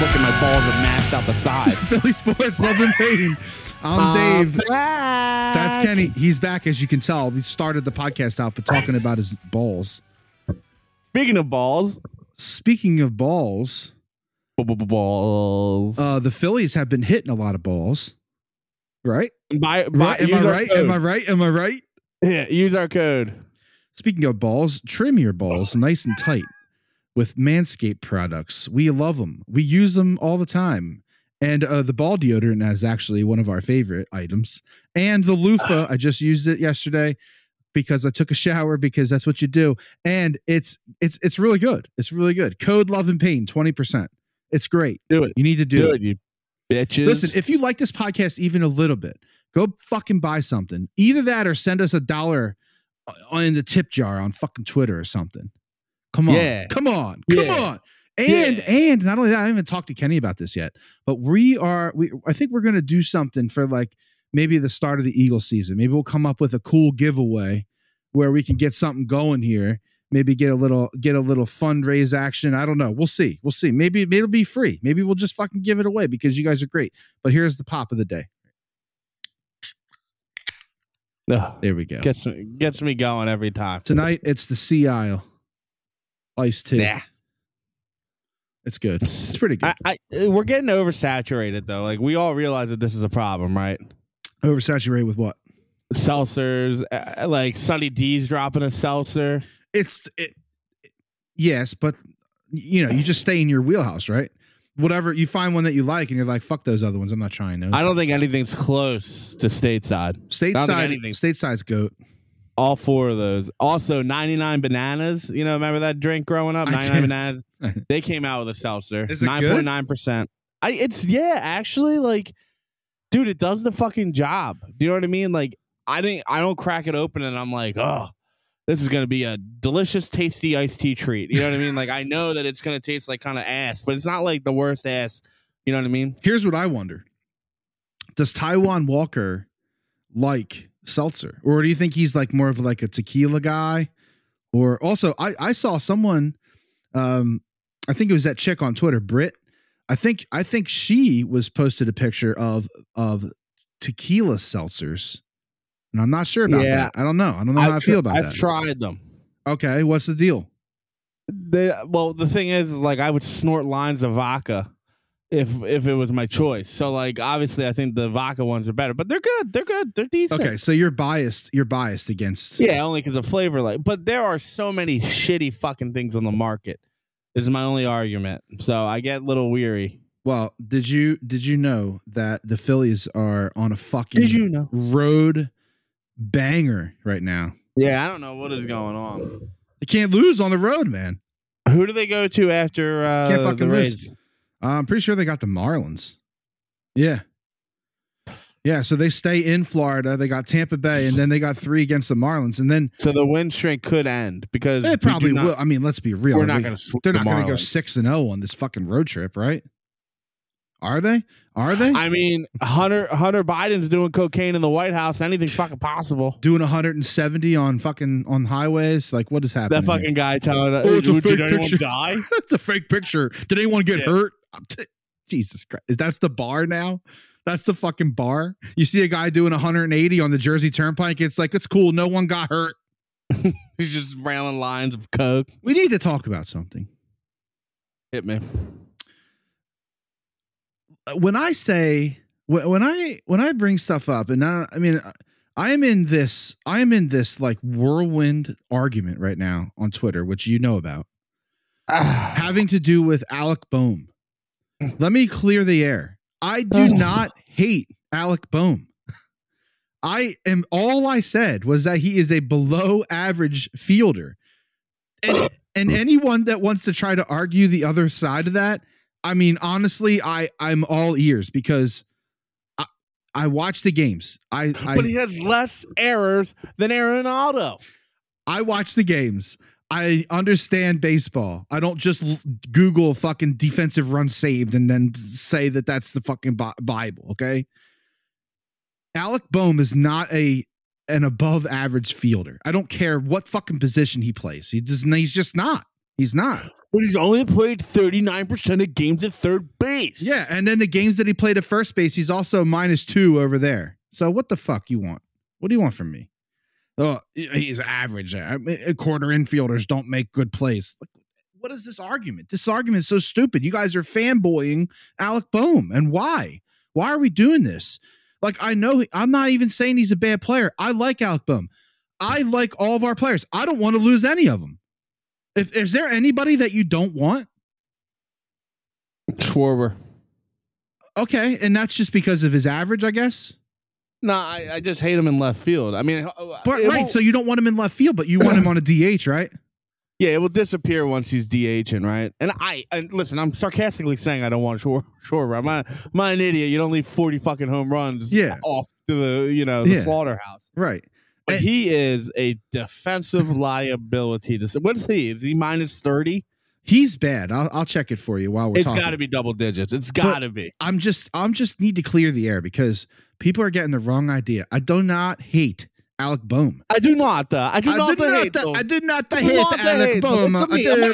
looking my balls are maxed out the side. Philly Sports Love and Pain. I'm Dave. That's Kenny. He's back, as you can tell. He started the podcast out, but talking about his balls. Speaking of balls, Speaking of balls, balls. uh, the Phillies have been hitting a lot of balls, right? By, by, right? Am use I our right? code. Am I right? Am I right? Yeah, use our code. Speaking of balls, trim your balls nice and tight with Manscaped products. We love them. We use them all the time. And uh, the ball deodorant is actually one of our favorite items. And the loofah, I just used it yesterday because I took a shower because that's what you do. And it's it's it's really good. It's really good. Code love and pain twenty percent. It's great. Do it. You need to do, Do it. it, you bitches. Listen, if you like this podcast even a little bit, go fucking buy something. Either that or send us a dollar uh, in the tip jar on fucking Twitter or something. Come on. Yeah. Come on. Come Yeah. on. And Yeah. and not only that, I haven't talked to Kenny about this yet, but we are we I think we're gonna do something for like maybe the start of the Eagles season. Maybe we'll come up with a cool giveaway where we can get something going here. Maybe get a little get a little fundraise action. I don't know. We'll see. We'll see. Maybe maybe it'll be free. Maybe we'll just fucking give it away because you guys are great. But here's the pop of the day. Ugh, There we go. gets me, gets me going every time. Tonight it's the sea aisle. Iced tea. Yeah. It's good. It's pretty good. I, I, we're getting oversaturated though. Like we all realize that this is a problem, right? Oversaturated with what? Seltzers, uh, like Sunny D's dropping a seltzer. It's it, yes, but you know, you just stay in your wheelhouse, right? Whatever you find one that you like and you're like, fuck those other ones. I'm not trying those. I don't think anything's close to stateside. I don't stateside think anything- stateside's goat. All four of those. Also, 99 bananas. You know, remember that drink growing up? I 99 do. bananas. They came out with a seltzer. Is it good? 9.9%. I it's yeah, actually like dude, it does the fucking job. Do you know what I mean? Like I didn't I don't crack it open and I'm like, "Oh, this is going to be a delicious tasty iced tea treat." You know what I mean? Like I know that it's going to taste like kind of ass, but it's not like the worst ass. You know what I mean? Here's what I wonder. Does Taiwan Walker like seltzer? Or do you think he's like more of like a tequila guy? Or also I, I saw someone um I think it was that chick on Twitter, Brit. I think I think she was posted a picture of of tequila seltzers. And I'm not sure about Yeah. that. I don't know. I don't know how I I've tr- feel about I've that. tried them. okay, what's the deal? They, well, the thing is, is, like I would snort lines of vodka if if it was my choice. So like obviously, I think the vodka ones are better, but they're good. They're good. They're decent. Okay, so you're biased you're biased against Yeah, only because of flavor. Like, but there are so many shitty fucking things on the market. Is my only argument. So I get a little weary. Well, did you did you know that the Phillies are on a fucking know? road banger right now? Yeah, I don't know what is going on. They can't lose on the road, man. Who do they go to after? Uh, Can't fucking the Rays? lose. Uh, I'm pretty sure they got the Marlins. Yeah. Yeah, so they stay in Florida. They got Tampa Bay, and then they got three against the Marlins, and then So the win streak could end because we it do probably not- will. I mean, let's be real. We're not They- going to. they're not going to go six and zero on this fucking road trip, right? Are they? Are they I mean, Hunter Hunter Biden's doing cocaine in the White House. Anything's fucking possible. doing 170 on fucking on highways? Like, what is happening? That here? fucking guy telling us, Oh, it's a did fake anyone picture." die? that's a fake picture. Did anyone get Yeah. hurt? I'm t- Jesus Christ. Is that's the bar now? That's the fucking bar. You see a guy doing 180 on the Jersey Turnpike. It's like, it's cool. No one got hurt. He's just railing lines of coke. We need to talk about something. Hit me. Uh, When I say, wh- when I, when I bring stuff up and I, I mean, I- I am in this, I am in this like whirlwind argument right now on Twitter, which you know about. Ah, having to do with Alec Boehm. Let me clear the air. I do Ugh. not hate Alec Boehm. I am all I said was that he is a below average fielder. And and anyone that wants to try to argue the other side of that, I mean honestly, I I'm all ears because I I watch the games. I I but he has less errors than Aaron Aldo. I watch the games. I understand baseball. I don't just l- Google fucking defensive run saved and then say that that's the fucking Bi- Bible. Okay. Alec Boehm is not a an above average fielder. I don't care what fucking position he plays. He doesn't. He's just not. He- He's not. But he's only played 39% of games at third base. Yeah, and then the games that he played at first base, he's also minus two over there. So what the fuck you want? What do you want from me? Oh, he's average. I mean, uh, Quarter infielders don't make good plays. Like, what is this argument? This argument is so stupid. You guys are fanboying Alec Boehm, and why? Why are we doing this? Like, I know I'm not even saying he's a bad player. I like Alec Boehm. I like all of our players. I don't want to lose any of them. If is there anybody that you don't want? Schwarber. Okay, and that's just because of his average, I guess. Nah, I, I just hate him in left field. I mean, uh, But it right, won't- so you don't want him in left field, but you want him on a DH, right? yeah, it will disappear once he's DHing, right? And I and listen, I'm sarcastically saying I don't want Schwar- Schwarber. I'm not, I'm not an idiot. You don't leave 40 fucking home runs Yeah. off to the you know the Yeah. slaughterhouse. Right. But And- he is a defensive liability. To, what's he? Is he minus 30? He's bad. I'll, I'll check it for you while we're It's talking. got to be double digits. It's got to be. I'm just I'm just need to clear the air because people are getting the wrong idea. I do not hate Alec Boehm. I do not. Uh, I do I not do not hate the- though. I do not the I hate love that Alec hate, Boehm. though. It's I me, do-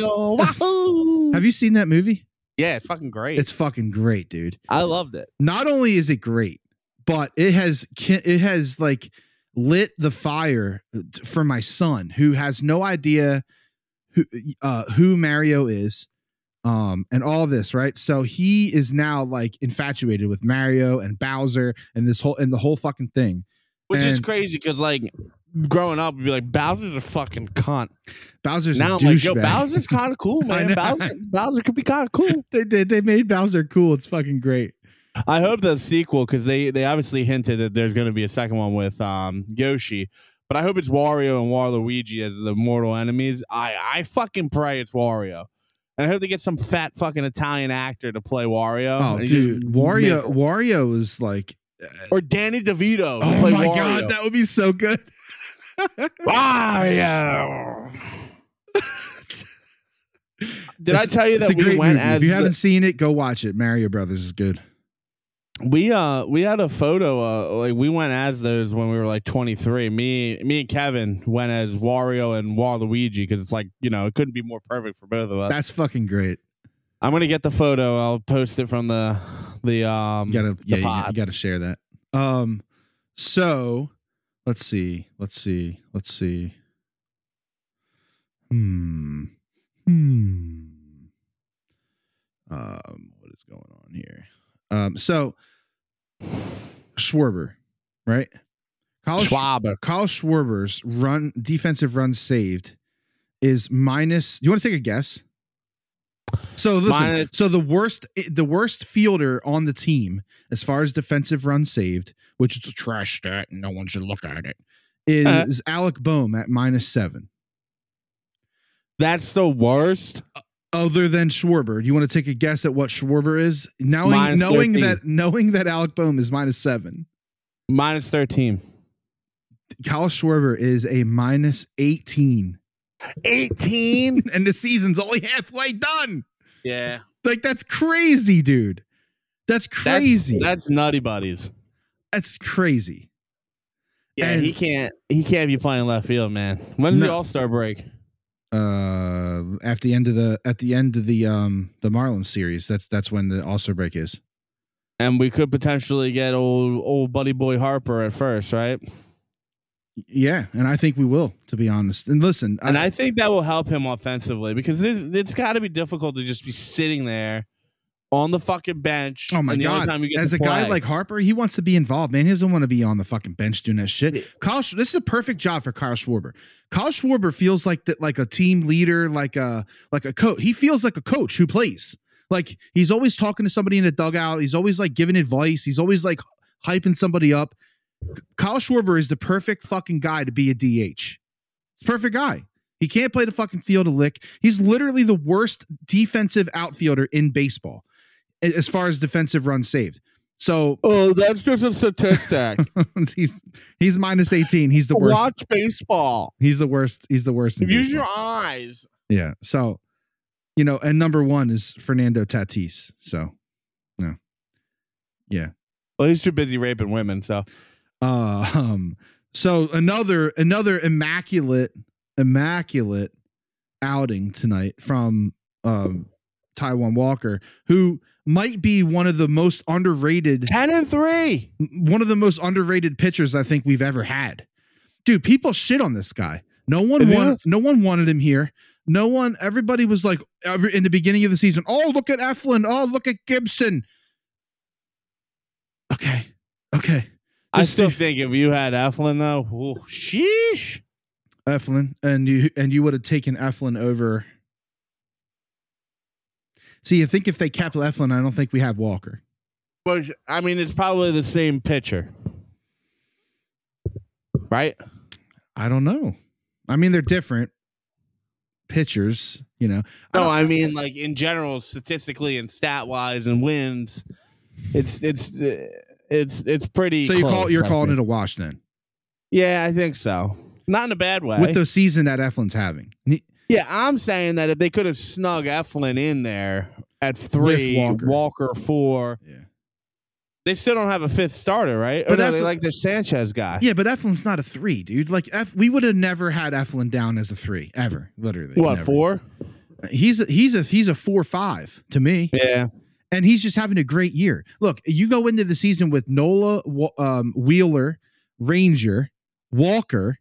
Mario. Wahoo. Have you seen that movie? Yeah, it's fucking great. It's fucking great, dude. I loved it. not only is it great, but it has ki- it has like lit the fire uh, for my son who has no idea who uh who Mario is um and all this, right? So he is now like infatuated with Mario and Bowser and this whole and the whole fucking thing. Which is And- crazy because like growing up, you'd be like Bowser's a fucking cunt. Bowser's now a I'm like, yo, douchebag. Bowser's kind of cool, I man. know. Bowser, Bowser could be kind of cool. they, they they made Bowser cool. It's fucking great. I hope the sequel because they they obviously hinted that there's going to be a second one with um Yoshi. But I hope it's Wario and Waluigi as the mortal enemies. I I fucking pray it's Wario. And I hope they get some fat fucking Italian actor to play Wario. Oh, And he's just dude, Wario miserable. Wario was like or Danny DeVito. to Oh play my Wario. god, that would be so good. Wario. Did I tell you It's that a great we went movie. as If you haven't the- seen it, go watch it. Mario Brothers is good. we uh we had a photo uh like we went as those when we were like 23. Me me and Kevin went as Wario and Waluigi because it's like you know it couldn't be more perfect for both of us. That's fucking great. I'm gonna get the photo. I'll post it from the the um. You gotta, yeah, you, gotta- pod. you gotta share that. Um, so let's see, let's see, let's see. Hmm, hmm. Um, what is going on here? Um, so Schwarber, right? Kyle Sch- Schwaber. Kyle Schwarber's run defensive run saved is minus. You want to take a guess? So listen. Minus- so the worst, the worst fielder on the team, as far as defensive run saved, which is a trash stat, and no one should look at it, is Uh. Alec Boehm at minus seven. That's the worst. Other than Schwarber, you want to take a guess at what Schwarber is, knowing Minus knowing 13. that knowing that Alec Boehm is minus seven. Minus thirteen. Kyle Schwarber is a minus eighteen, Eighteen. and the season's only halfway done. yeah. Like that's crazy, dude. That's That's- crazy. That's, That's, nutty buddies. crazy. Yeah, And- he can't. He can't be playing left field, man. When's the No. All Star break? Uh, at the end of the at the end of the um the Marlins series, that's that's when the All Star break is. And we could potentially get old old buddy boy Harper at first, right? Yeah, and I think we will, to be honest. And listen, And I think that will help him offensively because this, it's got to be difficult to just be sitting there on the fucking bench. oh my and the only god, time you get as to a guy play. like Harper, he wants to be involved, man. He doesn't want to be on the fucking bench doing that shit. Yeah. Kyle, Sch- this is a perfect job for Kyle Schwarber. Kyle Schwarber feels like that, like a team leader, like a like a coach. He feels like a coach who plays. Like he's always talking to somebody in the dugout. He's always like giving advice. He's always like hyping somebody up. Kyle Schwarber is the perfect fucking guy to be a DH. Perfect guy. He can't play the fucking field a lick. He's literally the worst defensive outfielder in baseball a- as far as defensive runs saved. So oh, that's just a statistic. he's he's minus 18. He's the worst. baseball. He's the worst. He's the worst. in baseball. eyes. Yeah. So, you know, and number one is Fernando Tatis. So, no. Yeah. Well, he's too busy raping women, so Uh, um. So another another immaculate immaculate outing tonight from um, Taiwan Walker, who might be one of the most underrated, Ten and three. one of the most underrated pitchers I think we've ever had. Dude, people shit on this guy. No one If you wanted, don't- no one wanted him here. No one. Everybody was like, every, in the beginning of the season, oh look at Eflin, oh look at Gibson. Okay, okay. I This still dude- think if you had Eflin though, ooh, sheesh. Eflin, and you and you would have taken Eflin over. See, I think if they kept Eflin, I don't think we have Walker. But I mean, it's probably the same pitcher, right? I don't know. I mean, they're different pitchers, you know. I No, don't- I mean like in general, statistically and stat wise and wins, it's it's uh, it's it's pretty. so you call close, you're I calling think. it a wash then Yeah, I think so. Not in a bad way. with the season that Eflin's having Ne- yeah, I'm saying that if they could have snug Eflin in there at three, Walker. Walker. four, Yeah. they still don't have a fifth starter, right? But But no, they Eflin- like their Sanchez guy. Yeah, but Eflin's not a three, dude. Like F, we would have never had Eflin down as a three ever, literally. what never. four? He's a, he's a he's a four five to me. Yeah, and he's just having a great year. Look, you go into the season with Nola, Wa- um, Wheeler, Ranger, Walker,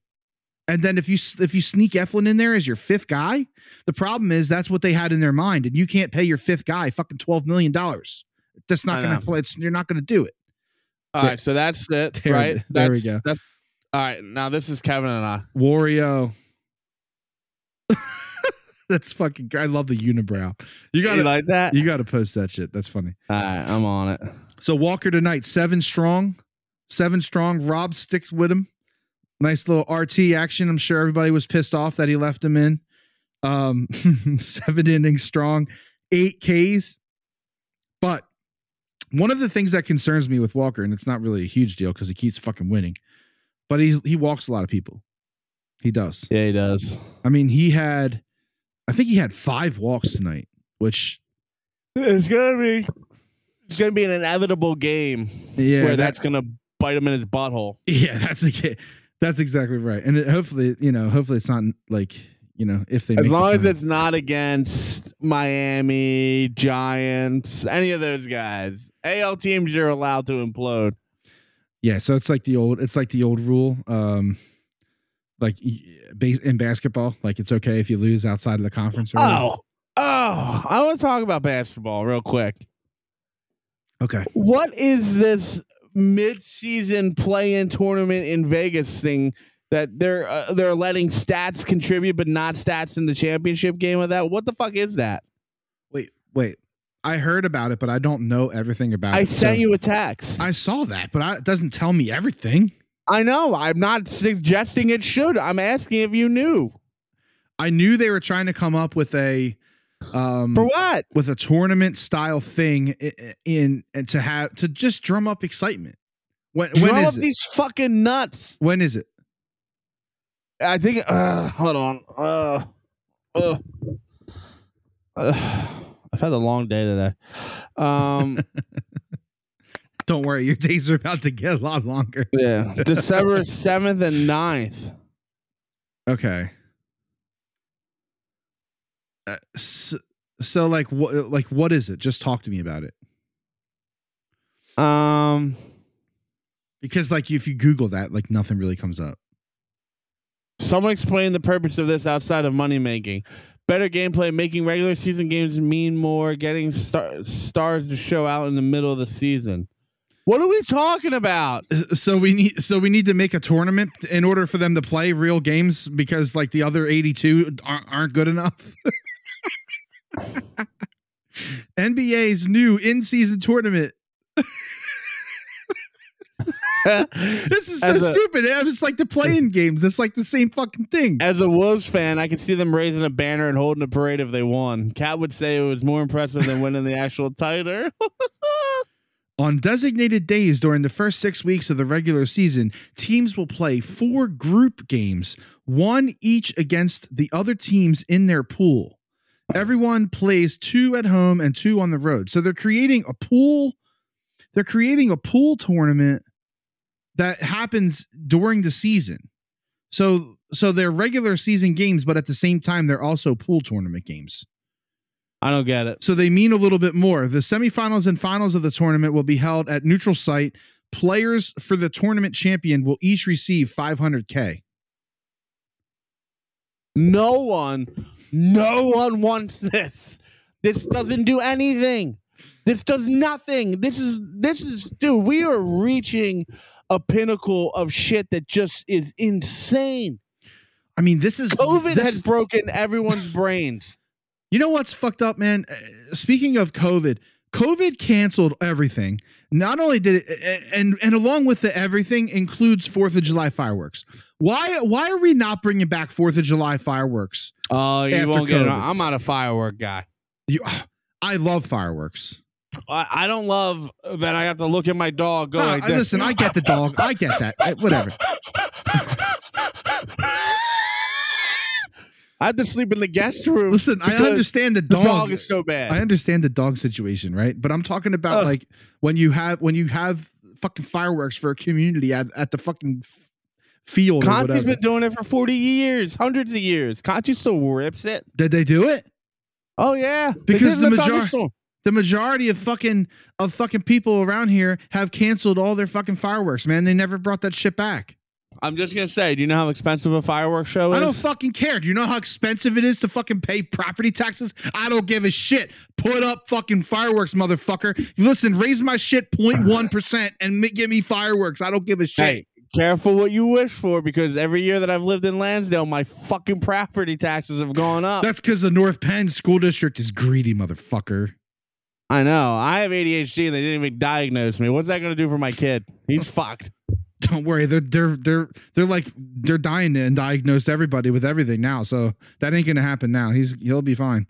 and then if you s- if you sneak Eflin in there as your fifth guy, the problem is that's what they had in their mind, and you can't pay your fifth guy fucking twelve million dollars. That's not I gonna know. play. It's, you're not gonna do it. All right, so that's it, There- right? there we that's, go. That's all right. Now this is Kevin and I. Wario. that's fucking. I love the unibrow. You You gotta like that? you gotta post that shit. That's funny. all right, I'm on it. So Walker tonight, seven strong, seven strong. Rob sticks with him. Nice little RT action. I'm sure everybody was pissed off that he left him in. Um, seven innings strong, eight Ks. But one of the things that concerns me with Walker, and it's not really a huge deal because he keeps fucking winning, but he's he walks a lot of people. He does. Yeah, he does. I mean, he had, I think he had five walks tonight, which It's gonna be, it's gonna be an inevitable game. Yeah, where that- that's gonna bite him in his butthole. Yeah, that's okay. That's exactly right. And it, hopefully, you know, hopefully it's not like you know if they As make the long as tournament. it's not against Miami, Giants, any of those guys, AL teams you're allowed to implode. yeah. So it's like the old it's like the old rule, um, like y- bas- in basketball, like it's okay if you lose outside of the conference. Or whatever. Oh, oh! I want to talk about basketball real quick. Oh. okay. What is this mid-season play-in tournament in Vegas thing that they're uh, they're letting stats contribute but not stats in the championship game of that? What the fuck is that? Wait, wait. I heard about it, but I don't know everything about it. I So sent you a text. I, I saw that, but I, it doesn't tell me everything. know. I'm not suggesting it should. I'm asking if you knew. I knew they were trying to come up with a um For what? with a tournament style thing i- i- in and to have to just drum up excitement. When when Drum is up it? these fucking nuts. when is it? I think. Uh, hold on. Uh, uh, uh, I've had a long day today. Um, Don't worry, your days are about to get a lot longer. yeah, December seventh and 9th. Okay. Uh, so, so like what like what is it? Just talk to me about it. Um, Because like if you google that, like nothing really comes up. someone explain the purpose of this outside of money making. Better gameplay, making regular season games mean more, getting star- stars to show out in the middle of the season. What are we talking about? So we need so we need to make a tournament in order for them to play real games because like the other 82 aren't, aren't good enough. NBA's new in-season tournament. This is so As a- stupid. It's like the playing games. It's like the same fucking thing. As a Wolves fan, I can see them raising a banner and holding a parade if they won. Cat would say it was more impressive than winning the actual title. On designated days during the first six weeks of the regular season, teams will play four group games, one each against the other teams in their pool. Everyone plays two at home and two on the road. So they're creating a pool. They're creating a pool tournament that happens during the season. So so they're regular season games, but at the same time, they're also pool tournament games. I don't get it. So they mean a little bit more. The semifinals and finals of the tournament will be held at neutral site. Players for the tournament champion will each receive 500k. No one, no one wants this. This doesn't do anything. This does nothing. This is this is dude, we are reaching a pinnacle of shit that just is insane. I mean, this is COVID this- has broken everyone's brains. You know what's fucked up, man? Uh, Speaking of COVID, COVID canceled everything. Not only did it, a- and and along with the everything includes Fourth of July fireworks. Why why are we not bringing back Fourth of July fireworks? Oh, you After won't get it. COVID. I'm not a firework guy. You, I love fireworks. I, I don't love that I have to look at my dog go Nah, like I- this. listen, I get the dog. I get that. I- whatever. I have to sleep in the guest room. Listen, I Because understand the The dog. dog, is so bad. I understand the dog situation, right? But I'm talking about Ugh. like when you have when you have fucking fireworks for a community at, at the fucking f- field or Conti's whatever. been doing it for 40 years, hundreds of years. Conti still rips it. Did they do it? Oh, yeah. They Because did the it in major- thunderstorm. the majority of fucking of fucking people around here have canceled all their fucking fireworks, man. They never brought that shit back. I'm just going to say, do you know how expensive a fireworks show is? I don't fucking care. Do you know how expensive it is to fucking pay property taxes? I don't give a shit. Put up fucking fireworks, motherfucker. Listen, raise my shit 0.1% and ma- give me fireworks. I don't give a shit. Hey, careful what you wish for because every year that I've lived in Lansdale, my fucking property taxes have gone up. That's because the North Penn school district is greedy, motherfucker. I know. I have ADHD and they didn't even diagnose me. What's that going to do for my kid? He's fucked. Don't worry, they're they're they're they're like they're dying and diagnosed everybody with everything now. So that ain't gonna happen now. He's he'll be fine.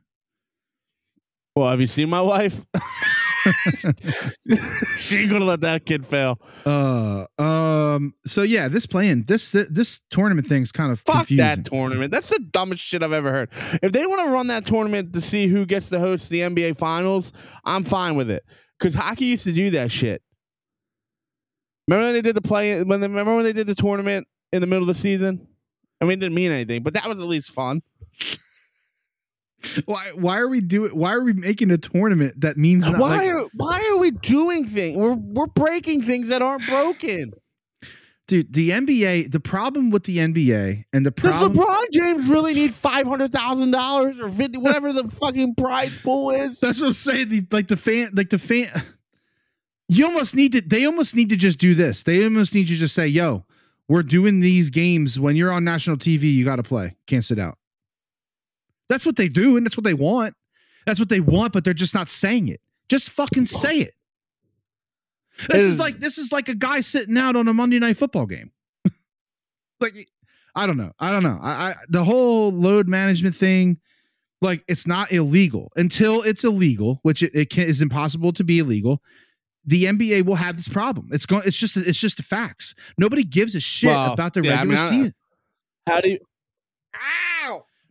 Well, have you seen my wife? she ain't going to let that kid fail. Uh, um. So yeah, this plan, this thi- this tournament thing's kind of Fuck confusing. that tournament. That's the dumbest shit I've ever heard. If they want to run that tournament to see who gets to host the NBA Finals, I'm fine with it. Because hockey used to do that shit. Remember when they did the play? When they, remember when they did the tournament in the middle of the season? I mean, it didn't mean anything, but that was at least fun. why? Why are we doing? Why are we making a tournament that means not, why like- are Why are we doing things? We're we're breaking things that aren't broken. dude? The NBA. The problem with the NBA and the problem. Does LeBron James really need five hundred thousand dollars or fifty, whatever the fucking prize pool is? that's what I'm saying. The, like the fan. Like the fan. You almost need to. They almost need to just do this. They almost need to just say, "Yo, we're doing these games. When you're on national TV, you got to play. Can't sit out." That's what they do, and that's what they want. That's what they want, but they're just not saying it. Just fucking say it. This It is is- like this is like a guy sitting out on a Monday night football game. like I don't know. I don't know. I, I the whole load management thing, like it's not illegal until it's illegal, which it, it can, is impossible to be illegal. The NBA will have this problem. It's going. It's just. It's just the facts. Nobody gives a shit Well, about the yeah, I regular mean, I- season. How do you?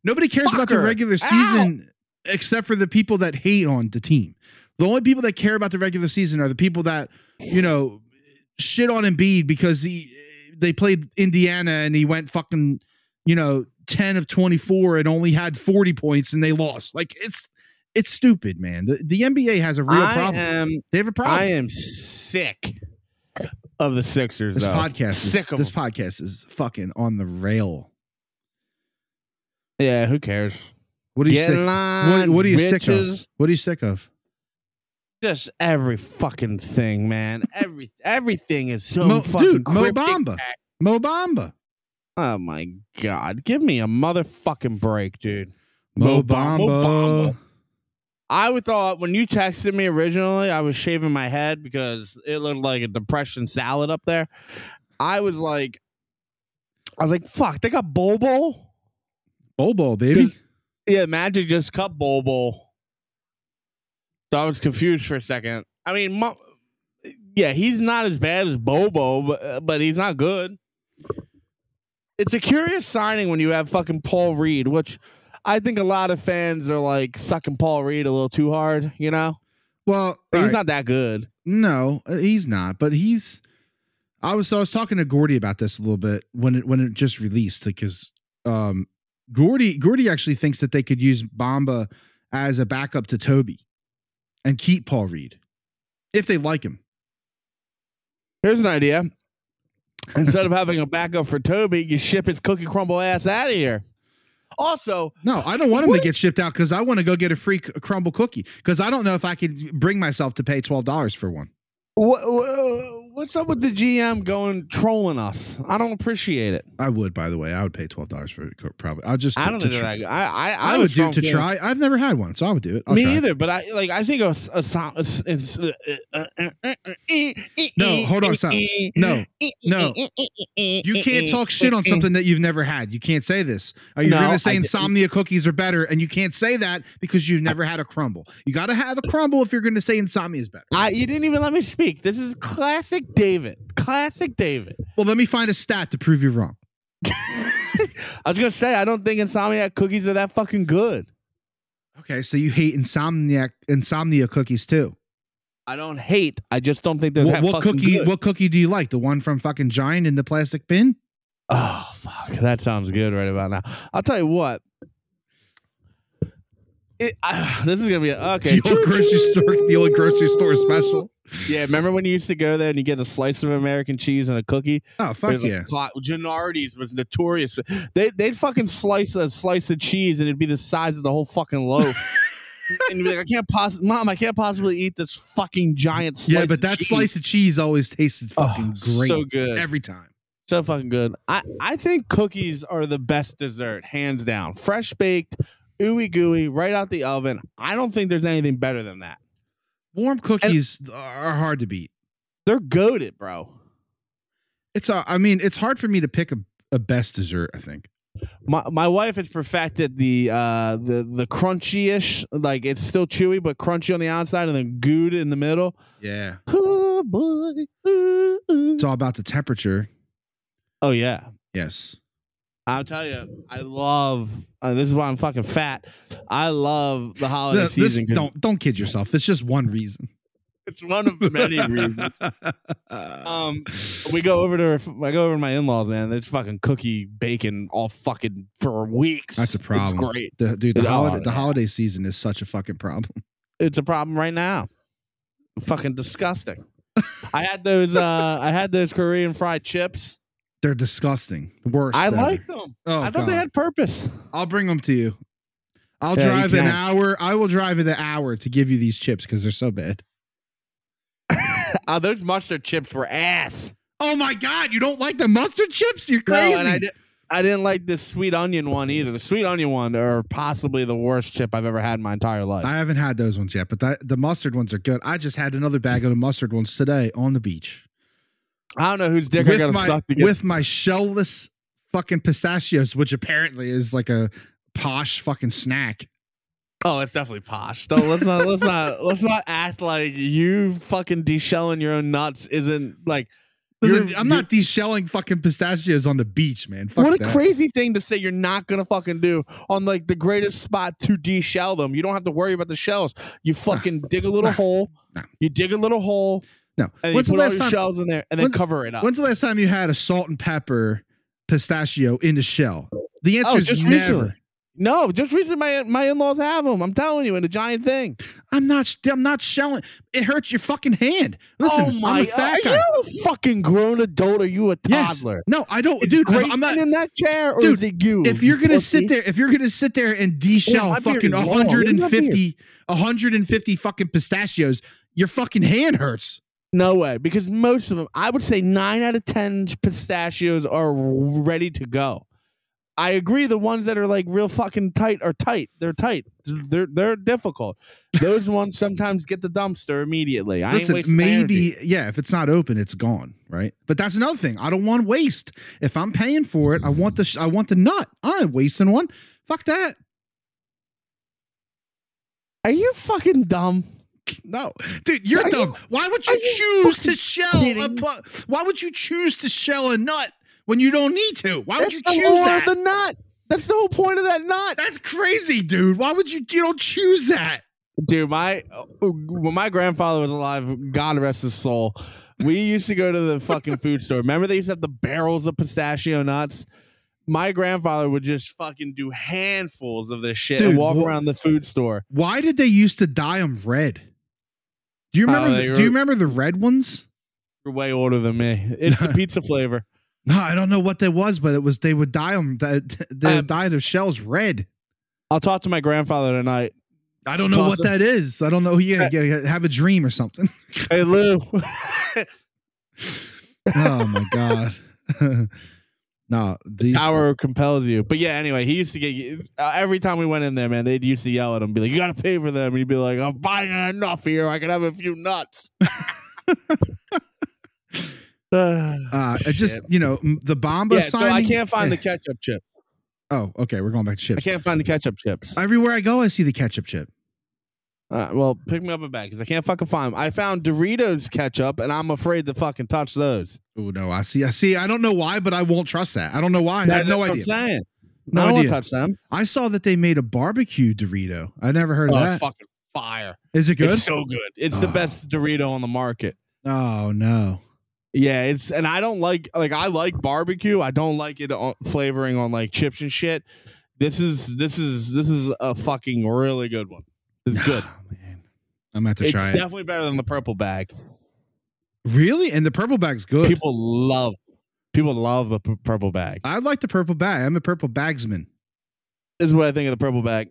Nobody cares about the Fucker. regular season except for the people that hate on the team. The only people that care about the regular season are the people that, you know, shit on Embiid because he they played Indiana and he went fucking, you know, 10 of 24 and only had 40 points and they lost. Like it's it's stupid, man. The, the NBA has a real I problem. am they have a problem. I am sick of the Sixers. this though. podcast is, sick of this them. podcast is fucking on the rail. yeah, who cares? What are you Get sick? in line, What, what are you sick bitches. of? What are you sick of? Just every fucking thing, man. Every everything is so Mo- fucking dude, Mo cryptic. Bamba. Mo Bamba. Oh my god, give me a motherfucking break, dude. Mo Mo Bamba. Bamba. I would thought when you texted me originally, I was shaving my head because it looked like a depression salad up there. I was like, I was like, fuck, they got Bobo. Bobo, baby. Dude. Yeah, Magic just cut Bobo. So I was confused for a second. I mean, Mo- yeah, he's not as bad as Bobo, but, but he's not good. It's a curious signing when you have fucking Paul Reed, which I think a lot of fans are like sucking Paul Reed a little too hard, you know? Well, Like, he's all right. not that good. No, uh, he's not. But he's. I was. So I was talking to Gordy about this a little bit when it when it just released because um, Gordy Gordy actually thinks that they could use Bamba as a backup to Toby and keep Paul Reed if they like him. Here's an idea. Instead of having a backup for Toby, you ship his cookie crumble ass out of here. Also, No, I don't want him What to get shipped out because I want to go get a free c- crumble cookie because I don't know if I could bring myself to pay twelve dollars for one. wha- wha- what's up with the GM going trolling us? I don't appreciate it. I would, by the way, I would pay twelve dollars for it, co- probably. I'll just I don't to think try- that I I, I, I have a would do strong to feeling- try. I've never had one, so I would do it. I'll Me try. either, but I like I think a, s- a, so- a s- it's, uh, uh, uh, uh, uh, No, hold on, stop. e, No, no. You You can't talk shit e. on something that you've never had. You can't say this. Are you eh, No, going to say I didn't. insomnia cookies are better? And you can't say that because you've never had a crumble. You got to have a crumble if you're going to say insomnia is better. I, you didn't even let me speak. This is classic David. Classic David. Well, let me find a stat to prove you wrong. I was gonna say I don't think Insomniac cookies are that fucking good. Okay, so you hate insomnia insomnia cookies too. I don't hate. I just don't think they're What, that what fucking cookie? good. What cookie do you like? The one from fucking Giant in the plastic bin? Oh fuck, that sounds good right about now. I'll tell you what. It, uh, this is gonna be a, okay. The old grocery store. The old grocery store special. Yeah, remember when you used to go there and you get a slice of American cheese and a cookie? Oh fuck There's a yeah! clot- Gennardi's was notorious. They they'd fucking slice a slice of cheese and it'd be the size of the whole fucking loaf. and you'd be like, I can't possibly, mom, I can't possibly eat this fucking giant slice. Yeah, but of that cheese." slice of cheese always tasted Oh, fucking great so good, every time. so fucking good. I I think cookies are the best dessert, hands down. Fresh baked, ooey gooey, right out the oven. I don't think there's anything better than that. Warm cookies are hard to beat. They're goaded, bro. It's uh, I mean, it's hard for me to pick a, a best dessert. I think My my wife has perfected the uh the the crunchy ish, like it's still chewy but crunchy on the outside and then gooed in the middle. yeah, Oh boy. Ooh, ooh. it's all about the temperature. Oh yeah. Yes, I'll tell you, I love. Uh, this is why I'm fucking fat. I love the holiday Th- this, season. 'cause don't don't kid yourself. It's just one reason. It's one of many reasons. Um, we go over to I go over to my in laws, man. There's fucking cookie bacon all fucking for weeks. That's a problem. It's great. The, dude, the, Oh, holiday, the yeah. holiday season is such a fucking problem. It's a problem right now. Fucking disgusting. I had those. uh I had those Korean fried chips. They're disgusting. Worst. I ever. liked them. Oh, I I thought they had purpose. I'll bring them to you. I'll Yeah, you drive an can. hour. I will drive an hour to give you these chips because they're so bad. Uh, those mustard chips were ass. Oh my god, you don't like the mustard chips? You're No, crazy. and I, di- I didn't like this sweet onion one either. The sweet onion one are possibly the worst chip I've ever had in my entire life. I haven't had those ones yet, but that, the mustard ones are good. I just had another bag of the mustard ones today on the beach I don't know whose dick I with gotta my, suck to get. with my shellless fucking pistachios, which apparently is like a posh fucking snack. oh, it's definitely posh. Don't let's not let's not let's not act like you fucking deshelling your own nuts isn't like. Listen, you're- I'm not deshelling fucking pistachios on the beach, man. Fuck what a that. crazy thing to say you're not gonna fucking do on like the greatest spot to deshell them. You don't have to worry about the shells. You fucking dig a little nah, hole. nah. You dig a little hole no. and When's you the put all last your time? shells in there and then when's- cover it up. When's the last time you had a salt and pepper pistachio in the shell? The answer Oh, is just never. recently. No, just recently my my in laws have them. I'm telling you, and a giant thing. I'm not. sh- I'm not shelling. It hurts your fucking hand. Listen, oh my! I'm a fat are guy. you a fucking grown adult? Are you a Yes. toddler? No, I don't, Is dude. I'm- Grayson I'm not. in that chair, or Dude, is it you? If you're gonna sit pussy? there, if you're gonna sit there and Yeah, de-shell Oh, my beard fucking is long. Look at my 150, 150 fucking pistachios, your fucking hand hurts. no way. Because most of them, I would say nine out of ten pistachios are ready to go. I agree. The ones that are like real fucking tight are tight. They're tight. They're they're difficult. Those ones sometimes get the dumpster immediately. I ain't Listen, wasting my energy. maybe yeah, if it's not open, it's gone, right? But that's another thing. I don't want waste. If I'm paying for it, I want the sh- I want the nut. I ain't wasting one. Fuck that. Are you fucking dumb? No, dude, you're Are you- dumb. Why would are you you choose to fucking shell a? kidding? pu- Why would you choose to shell a nut when you don't need to? Why would That's you the choose lure that? of the nut. That's the whole point of that nut. That's crazy, dude. Why would you you don't choose that? Dude, my when my grandfather was alive, God rest his soul, we used to go to the fucking food store. Remember they used to have the barrels of pistachio nuts. my grandfather would just fucking do handfuls of this shit Dude, and walk wha- around the food store. Why did they used to dye them red? Do you Oh, remember? they the, were- do you remember the red ones? You're way older than me. It's the pizza flavor. No, I don't know what that was, but it was they would dye them. They they Um, dyed their shells red. I'll talk to my grandfather tonight. I don't know what Awesome. that is. I don't know. You Uh, gotta, get- have a dream or something. Hey Lou. oh my god. no, these Power compels you. But yeah, anyway, he used to get uh, every time we went in there, man. They'd used to yell at him, be like, "You got to pay for them," and he'd be like, "I'm buying enough here. I can have a few nuts." Uh, uh, it just Shit. you know m- the Bomba yeah, so signing. I can't find the ketchup chip. Oh, okay. We're going back to I chips. can't find the ketchup chips. Everywhere I go, I see the ketchup chip. Uh, well, pick me up a bag because I can't fucking find them. I found Doritos ketchup, and I'm afraid to fucking touch those. Oh no, I see. I see. I don't know why, but I won't trust that. I don't know why. I have That's no what I'm idea. saying. No I don't want idea. to touch them. I saw that they made a barbecue Dorito. I never heard Oh, of it's that. Is fucking fire! it good? It's so good. It's the Oh. best Dorito on the market. oh no. Yeah, it's and I don't like like I like barbecue. I don't like it on, flavoring on like chips and shit. This is this is this is a fucking really good one. It's good. Oh, man. I'm gonna have to it's try definitely better than the purple bag. it. Really? And the purple bag's good. People love people love the p- purple bag. I like the purple bag. I'm a purple bagsman. This is what I think of the purple bag.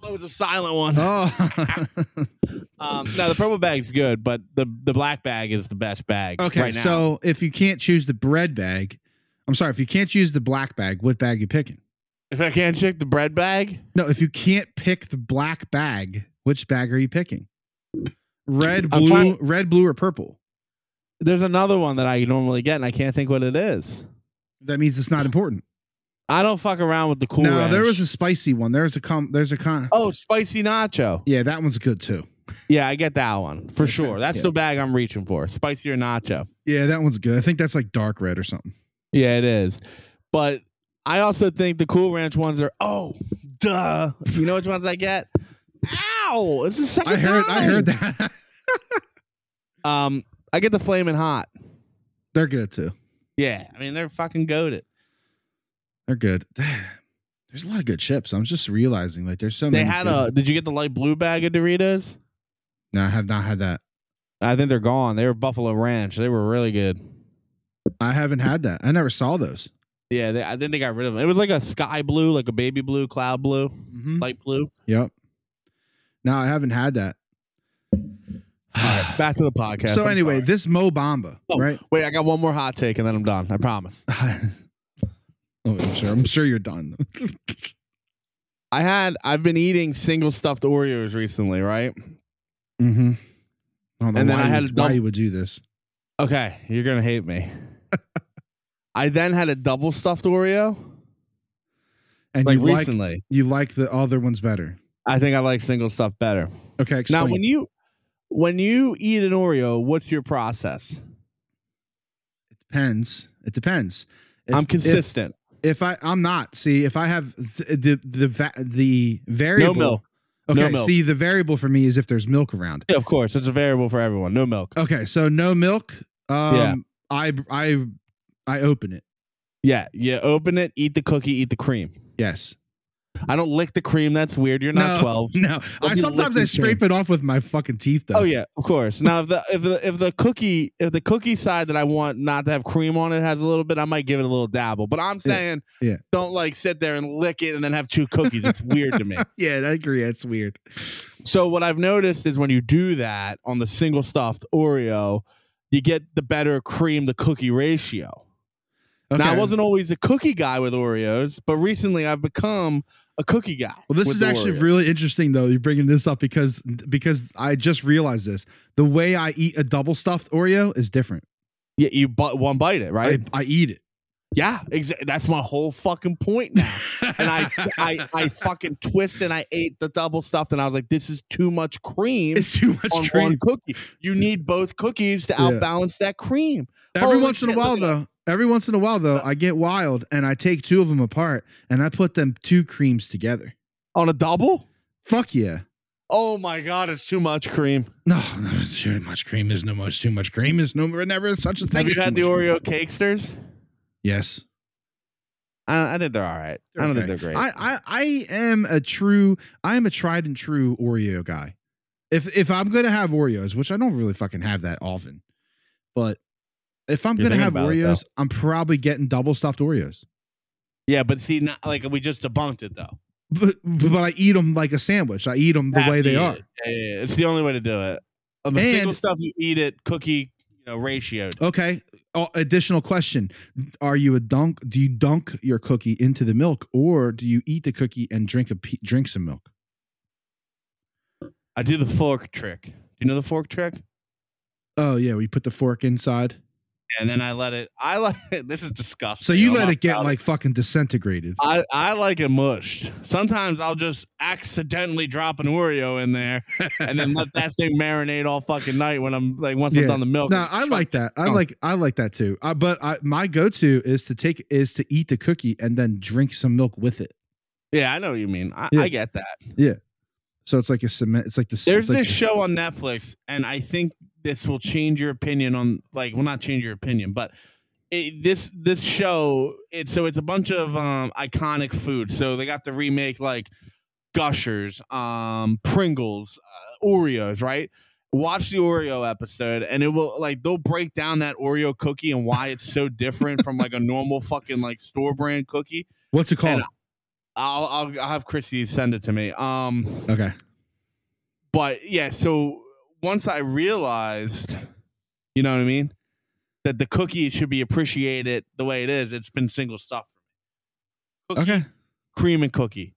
Oh, it's a silent one. Oh, Um, no, the purple bag's good, but the the black bag is the best bag. okay. right now. so if you can't choose the bread bag, I'm sorry. If you can't choose the black bag, what bag you picking? if I can't check the bread bag, No, if you can't pick the black bag, which bag are you picking? Red, I'm blue, trying- red, blue, or purple? there's another one that I normally get, and I can't think what it is. That means it's not important. I don't fuck around with the cool. no, there Ranch. was a spicy one. There's a com. There's a con. Oh, spicy nacho. Yeah, that one's good too. Yeah, I get that one for Okay, sure. That's yeah. the bag I'm reaching for. Spicier nacho. Yeah, that one's good. I think that's like dark red or something. Yeah, it is. But I also think the Cool Ranch ones are oh, duh. You know which ones I get? Ow! It's the second I heard. Time. I heard that. Um, I get the flaming hot. They're good too. Yeah, I mean they're fucking goaded. They're good. There's a lot of good chips. I'm just realizing like there's so They many. had good- a. Did you get the light blue bag of Doritos? No, I have not had that. I think they're gone. They were Buffalo Ranch. They were really good. I haven't had that. I never saw those. Yeah, they, I think they got rid of them. It was like a sky blue, like a baby blue, cloud blue, Mm-hmm. light blue. Yep. No, I haven't had that. All right, back to the podcast. so I'm anyway, sorry. this Mo Bamba, Oh. right? Wait, I got one more hot take and then I'm done. I promise. oh, I'm sure. I'm sure you're done. Mm-hmm. I had I've been eating single stuffed Oreos recently, right? mm-hmm. I don't know And then why I you had would- a why dump- you would do this. Okay, you're gonna hate me. I then had a double stuffed Oreo And like you like recently. you like the other ones better. I think I like single stuffed better. Okay, explain. Now when you when you eat an Oreo, what's your process? it depends. It depends. If- I'm if- consistent. If I, I'm not. See, if I have th- the the va- the variable. milk. Okay. No milk. See, the variable for me is if there's milk around. Yeah, of course, it's a variable for everyone. No milk. Okay, so no milk. Um, Yeah. I I I open it. Yeah, you open it, eat the cookie, eat the cream. Yes. I don't lick the cream. That's weird. You're not No, twelve. No. I you lick sometimes I the cream. scrape it off with my fucking teeth though. Oh yeah, of course. Now if the if the if the cookie if the cookie side that I want not to have cream on it has a little bit, I might give it a little dabble. But I'm saying, yeah. don't like sit there and lick it and then have two cookies. It's weird to me. Yeah, I agree. That's weird. So what I've noticed is when you do that on the single stuffed Oreo, you get the better cream to cookie ratio. Now I Okay. wasn't always a cookie guy with Oreos, but recently I've become a cookie guy. Well, this with is actually Oreos. really interesting, though. You're bringing this up because because I just realized this. The way I eat a double stuffed Oreo is different. yeah. You but one bite it right? I, I eat it. yeah, exa- that's my whole fucking point now. and I, I I fucking twist and I ate the double stuffed and I was like, this is too much cream it's too on much one cream. cookie. You need both cookies to Yeah. outbalance that cream. Every Holy once in a shit, look while, at though. Every once in a while, though, I get wild and I take two of them apart and I put them two creams together. On a double? Fuck yeah! Oh my god, it's too much cream. No, no, it's too much cream. There's no much too much cream. There's no never such a thing. Have as you too had the much cream. Oreo cakesters? Yes. I, I think they're all right. I don't think they're great. I, I I am a true I am a tried and true Oreo guy. If if I'm gonna have Oreos, which I don't really fucking have that often, but if I'm You're gonna thinking have about it, Oreos, I'm probably getting double stuffed Oreos. yeah, but see, not, like we just debunked it though. But but I eat them like a sandwich. I eat them the Have way to they eat are. it. Yeah, yeah, yeah. It's the only way to do it. Of the And- single stuff you eat it, cookie, you know, ratioed. Okay. Oh, additional question: Are you a dunk? Do you dunk your cookie into the milk, or do you eat the cookie and drink a pe- drink some milk? I do the fork trick. Do you know the fork trick? Oh yeah, we put the fork inside. And then I let it. I like it. This is disgusting. So you I'm let not it get proud of like fucking disintegrated. I, I like it mushed. Sometimes I'll just accidentally drop an Oreo in there and then let that thing marinate all fucking night when I'm like once Yeah. I'm done the milk. No, I like that. I Oh. like I like that too. Uh, but I, my go-to is to take is to eat the cookie and then drink some milk with it. Yeah, I know what you mean. I, Yeah. I get that. So it's like a cement. It's like the. There's it's like, this show on Netflix, and I think this will change your opinion on like well not change your opinion, but it, this this show it's so it's a bunch of um iconic food. So they got to remake like Gushers, um Pringles, uh, Oreos, right? Watch the Oreo episode, and it will like they'll break down that Oreo cookie and why it's so different from like a normal fucking like store brand cookie. What's it called? I'll I'll, I'll have Chrissy send it to me. Um, Okay. but yeah, so once I realized, you know what I mean, that the cookie should be appreciated the way it is. It's been single stuff for me. Cookie, Okay. cream and cookie,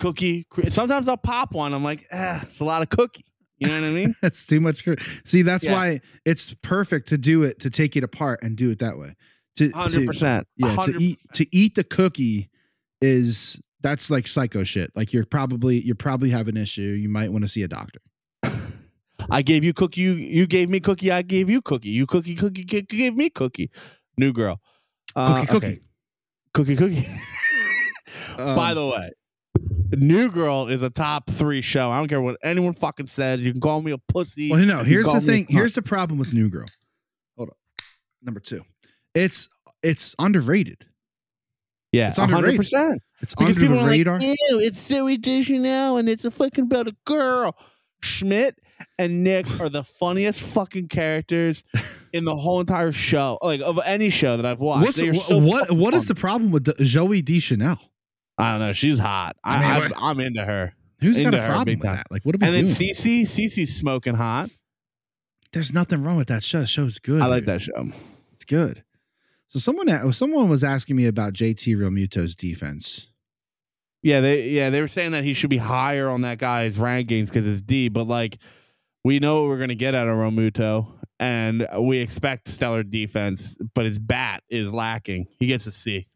cookie. Cre- Sometimes I'll pop one. I'm like, ah, it's a lot of cookie. You know what I mean? That's too much. coo- See, that's Yeah. why it's perfect to do it to take it apart and do it that way. To, to- Hundred percent. yeah, e- to eat to eat the cookie is that's like psycho shit. Like you're probably you probably have an issue. You might want to see a doctor. I gave you cookie. You you gave me cookie. I gave you cookie. You cookie cookie cookie gave me cookie. New girl. Uh, Cookie, cookie. okay. cookie cookie. By Um, the way, New Girl is a top three show. I don't care what anyone fucking says. You can call me a pussy. Well, no, You here's call the me a thing. cunt. Here's the problem with New Girl. Hold on. Number two. It's it's underrated. yeah, it's hundred underrated. percent. It's Because under people the are radar. like, "Ew, it's Zoe Deschanel, and it's a fucking about a girl." Schmidt and Nick are the funniest fucking characters in the whole entire show, like of any show that I've watched. What's They are wh- so what fucking what funny. is the problem with the, Joey D Chanel? I don't know. She's hot. I, I I mean, am into her. Who's got Into a her problem big with time. that? Like what are we And then doing? Cece, Cece's smoking hot. There's nothing wrong with that show. The show's good. I like dude. that show. It's good. So someone a- someone was asking me about JT Real Muto's defense. Yeah, they yeah they were saying that he should be higher on that guy's rankings because it's D. But like, we know what we're gonna get out of Romuto, and we expect stellar defense, but his bat is lacking. He gets a C.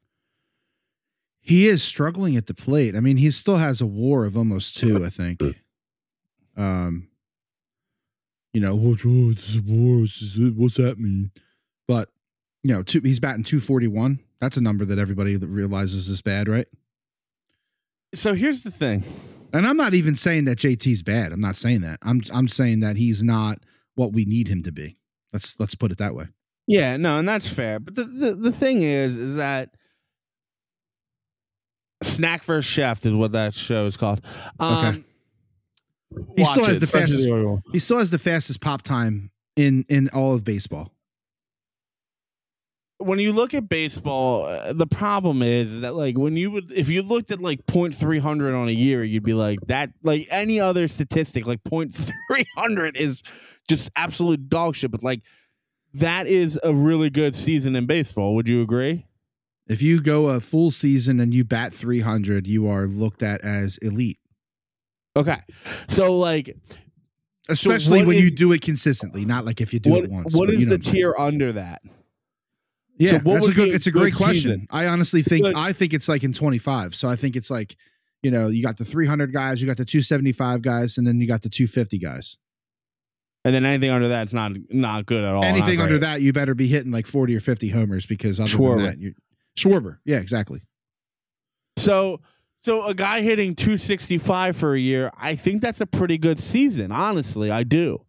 He is struggling at the plate. I mean, he still has a WAR of almost two, I think. Um, you know, what's, oh, this is WAR, this is- what's that mean? But you know, two, he's batting two forty one. That's a number that everybody that realizes is bad, right? So here's the thing. And I'm not even saying that JT's bad. I'm not saying that. I'm I'm saying that he's not what we need him to be. Let's let's put it that way. Yeah, no, and that's fair. But the the, the thing is, is that snack versus chef is what that show is called. Um, He still has the especially fastest- other one. He still has the fastest pop time in in all of baseball. when you look at baseball, uh, the problem is that like when you would if you looked at like point three hundred on a year, you'd be like that. Like any other statistic, like point three hundred is just absolute dog shit. But like that is a really good season in baseball. Would you agree? If you go a full season and you bat 300, you are looked at as elite, Okay, so like especially what when is- you do it consistently, not like if you do what it once. what but is you know the what I'm saying. tier under that? Yeah, so what that's a would good. be a It's a good great question. season? I honestly think Good. I think it's like in 25. So I think it's like, you know, you got the 300 guys, you got the 275 guys, and then you got the 250 guys. And then anything under that's not not good at all. not Anything under great. that, you better be hitting like 40 or 50 homers because other Schwarber. than that, you're Schwarber. Yeah, exactly. So so a guy hitting 265 for a year, I think that's a pretty good season, honestly. I do.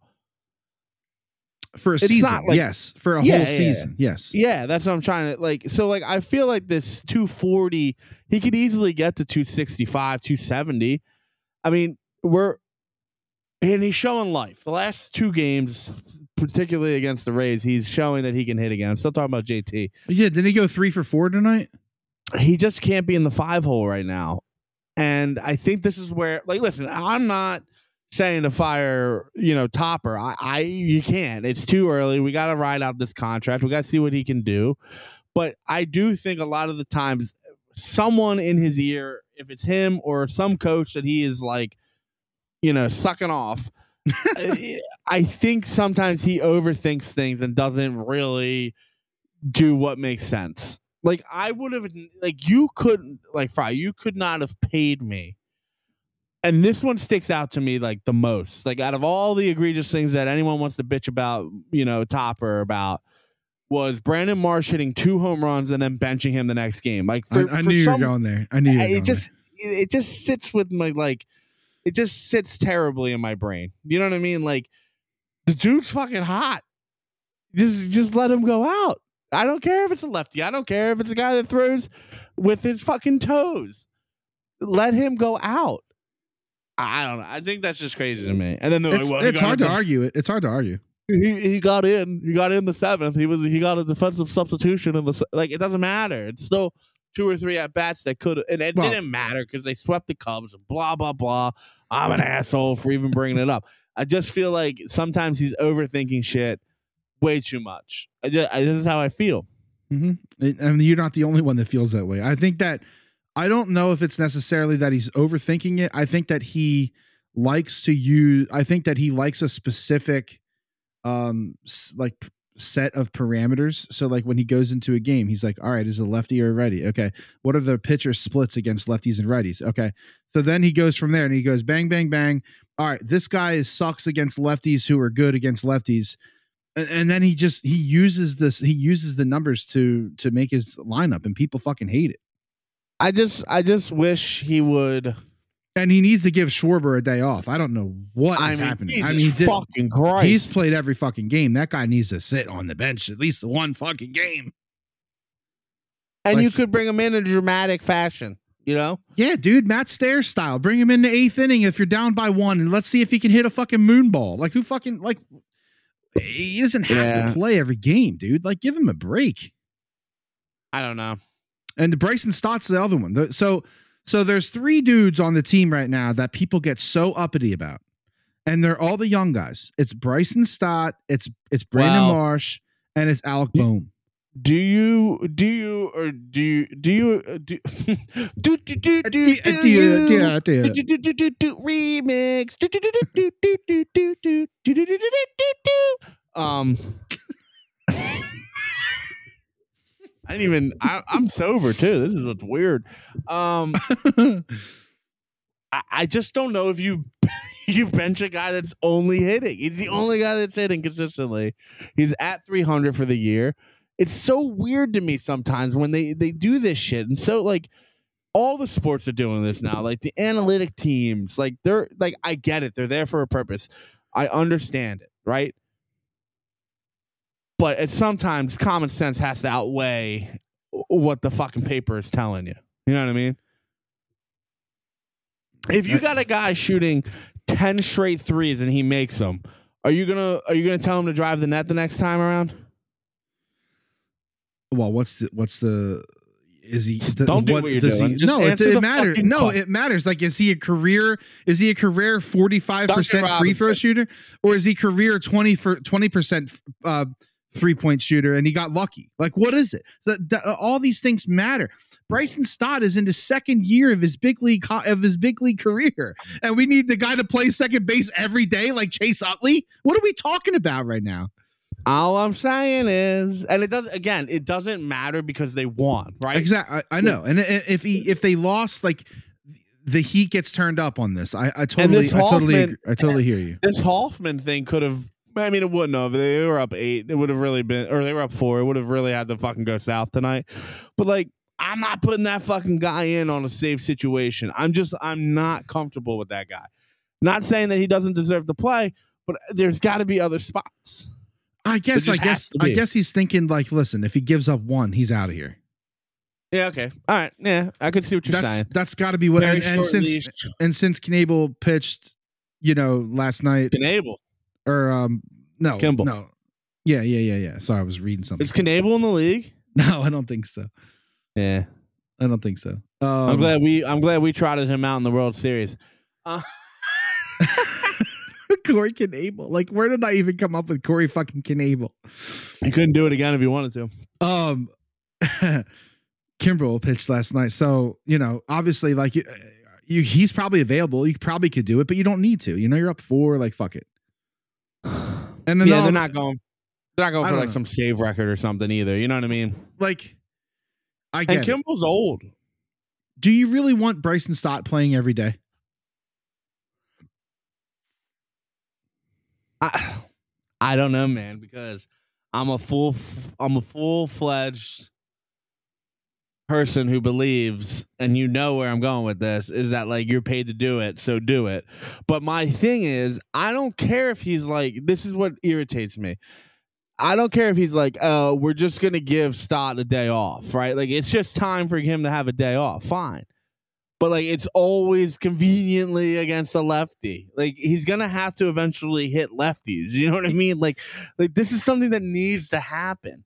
for a It's season. not like- yes, for a Yeah, whole yeah, yeah. season. Yes. Yeah, that's what I'm trying to like. So like, I feel like this 240, he could easily get to 265, 270. I mean, we're and he's showing life. The last two games, particularly against the Rays, he's showing that he can hit again. I'm still talking about JT. Yeah, didn't he go three for four tonight? He just can't be in the five hole right now, and I think this is where like, listen, I'm not saying to fire you know Topper. I, I you can't. It's too early. We got to ride out this contract. We got to see what he can do. But I do think a lot of the times, someone in his ear, if it's him or some coach that he is like, you know, sucking off, I- I think sometimes he overthinks things and doesn't really do what makes sense. Like I would have, like you couldn't, like Fry, you could not have paid me. And this one sticks out to me like the most. Like out of all the egregious things that anyone wants to bitch about, you know, Topper about was Brandon Marsh hitting two home runs and then benching him the next game. Like for, I, I for knew you were some- going there. I knew you were I- going it just it it just sits with my like it just sits terribly in my brain. You know what I mean? Like the dude's fucking hot. Just just let him go out. I don't care if it's a lefty. I don't care if it's a guy that throws with his fucking toes. Let him go out. I I don't know. I think that's just crazy to me. And then they're there. It's, like, well, he it's got hard in to the- argue it. It's hard to argue. He, he got in. He got in the seventh. He was he got a defensive substitution in the se- like. It doesn't matter. It's still two or three at bats that could and it Well- didn't matter because they swept the Cubs and blah blah blah. I'm an asshole for even bringing it up. I just feel like sometimes he's overthinking shit way too much. I just, I, this is how I feel. It- I mean, you're not the only one that feels that way. I think that I don't know if it's necessarily that he's overthinking it. I think that he likes to use. I think that he likes a specific, um, s- like p- set of parameters. So like when he goes into a game, he's like, all right, is it lefty or righty? Okay, what are the pitcher splits against lefties and righties? Okay, so then he goes from there and he goes bang, bang, bang. All right, this guy is sucks against lefties who are good against lefties and, and then he just he uses this he uses the numbers to to make his lineup and people fucking hate it I just I just wish he would. and he needs to give Schwarber a day off. I don't know what I is mean, happening. Jesus I mean, he did- fucking Christ. he's played every fucking game. That guy needs to sit on the bench at least one fucking game. and you like- could bring him in in dramatic fashion. You know. Yeah, dude, Matt Stair style. Bring him in the eighth inning if you're down by one, and let's see if he can hit a fucking moon ball. Like who fucking like he doesn't have Yeah. to play every game, dude. Like give him a break. I don't know. And Bryson Stott's the other one. The- So so there's three dudes on the team right now that people get so uppity about. And they're all the young guys. It's Bryson Stott, it's it's Brandon Wow. Marsh, and it's Alec You- Boom. Do you do you or do you do you uh, do do do do do do uh, you- do do do do do do remix do do do do do do do do do do do do do do do do um I didn't even I, I'm sober too this is what's weird um I, I just don't know if you you bench a guy that's only hitting. He's the only guy that's hitting consistently. He's at 300 for the year. It's so weird to me sometimes when they they do this shit. And so like all the sports are doing this now. Like the analytic teams, like they're like I get it. They're there for a purpose. I understand it, right? But it's sometimes common sense has to outweigh what the fucking paper is telling you. You know what I mean? If you got a guy shooting ten straight threes and he makes them, are you gonna are you gonna tell him to drive the net the next time around? well, what's the what's the is he Just the- don't do what you're does doing. He, Just no, it, answer the it matters. fucking No, call. it matters. Like, is he a career? Is he a career forty five percent Duncan free throw Robinson. shooter, or is he career twenty for twenty percent uh, three point shooter? And he got lucky. Like, what is it? So th- all these things matter. Bryson Stott is in his second year of his big league co- of his big league career, and we need the guy to play second base every day, like Chase Utley. What are we talking about right now? All I'm saying is, and it does again, it doesn't matter because they won, right? Exactly. I, I know. And i- i- if he if they lost, like the heat gets turned up on this. I, I totally, this I totally, Hoffman- agree- I totally hear you. This Hoffman thing could have. I mean, it wouldn't have. They were up eight. It would have really been, or they were up four. It would have really had to fucking go south tonight. But like, I'm not putting that fucking guy in on a safe situation. I'm just, I'm not comfortable with that guy. Not saying that he doesn't deserve to play, but there's got to be other spots. I guess I just has guess to I be. guess he's thinking like, listen, if he gives up one, he's out of here. Yeah. Okay. All right. Yeah. I could see what you're That's saying. that's got to be what. Very And, and short since leash. and since Knable pitched, you know, last night Knable. or um no Kimball. no, yeah yeah yeah yeah. Sorry, I was reading something. Is Knable in the league? no, I don't think so. Yeah. I don't think so. Um, I'm glad we I'm glad we trotted him out in the World Series. Corey Knable. Like, where did I even come up with Corey fucking Knable? You couldn't do it again if you wanted to. Um, Kimbrel pitched last night, so you know, obviously, like you, you, he's probably available. You probably could do it, but you don't need to. You know, you're up four. Like, fuck it. And then yeah, all- they're not going. They're not going I for don't like know. some save record or something either. You know what I mean? like. I And get. it. Kimball's old. do you really want Bryson Stott playing every day? I, I don't know, man, because I'm a full f- I'm a full fledged person who believes, and you know where I'm going with this, is that like you're paid to do it, so do it. But my thing is, I don't care if he's like, this is what irritates me. I don't care if he's like, oh, we're just gonna give Stott a day off, right? Like it's just time for him to have a day off. Fine. But like it's always conveniently against a lefty. Like he's gonna have to eventually hit lefties. You know what I mean? Like like this is something that needs to happen.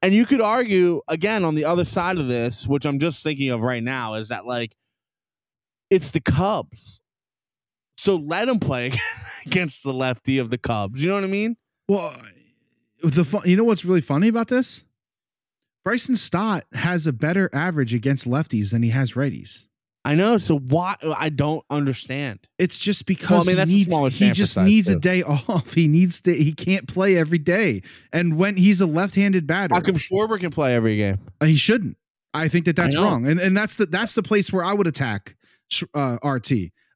And you could argue again on the other side of this, which I'm just thinking of right now, is that like it's the Cubs. So let him play against the lefty of the Cubs. You know what I mean? Well, the fun, you know what's really funny about this? Bryson Stott has a better average against lefties than he has righties. I know. So why I don't understand. It's just Well, because I mean, that's a he needs smaller he sample just size, needs a too. day off. He needs to he can't play every day. And when he's a left-handed batter, uh, How come Schwarber can play every game? he shouldn't. I think that that's know. wrong. And and that's the that's the place where I would attack Sh- uh, RT.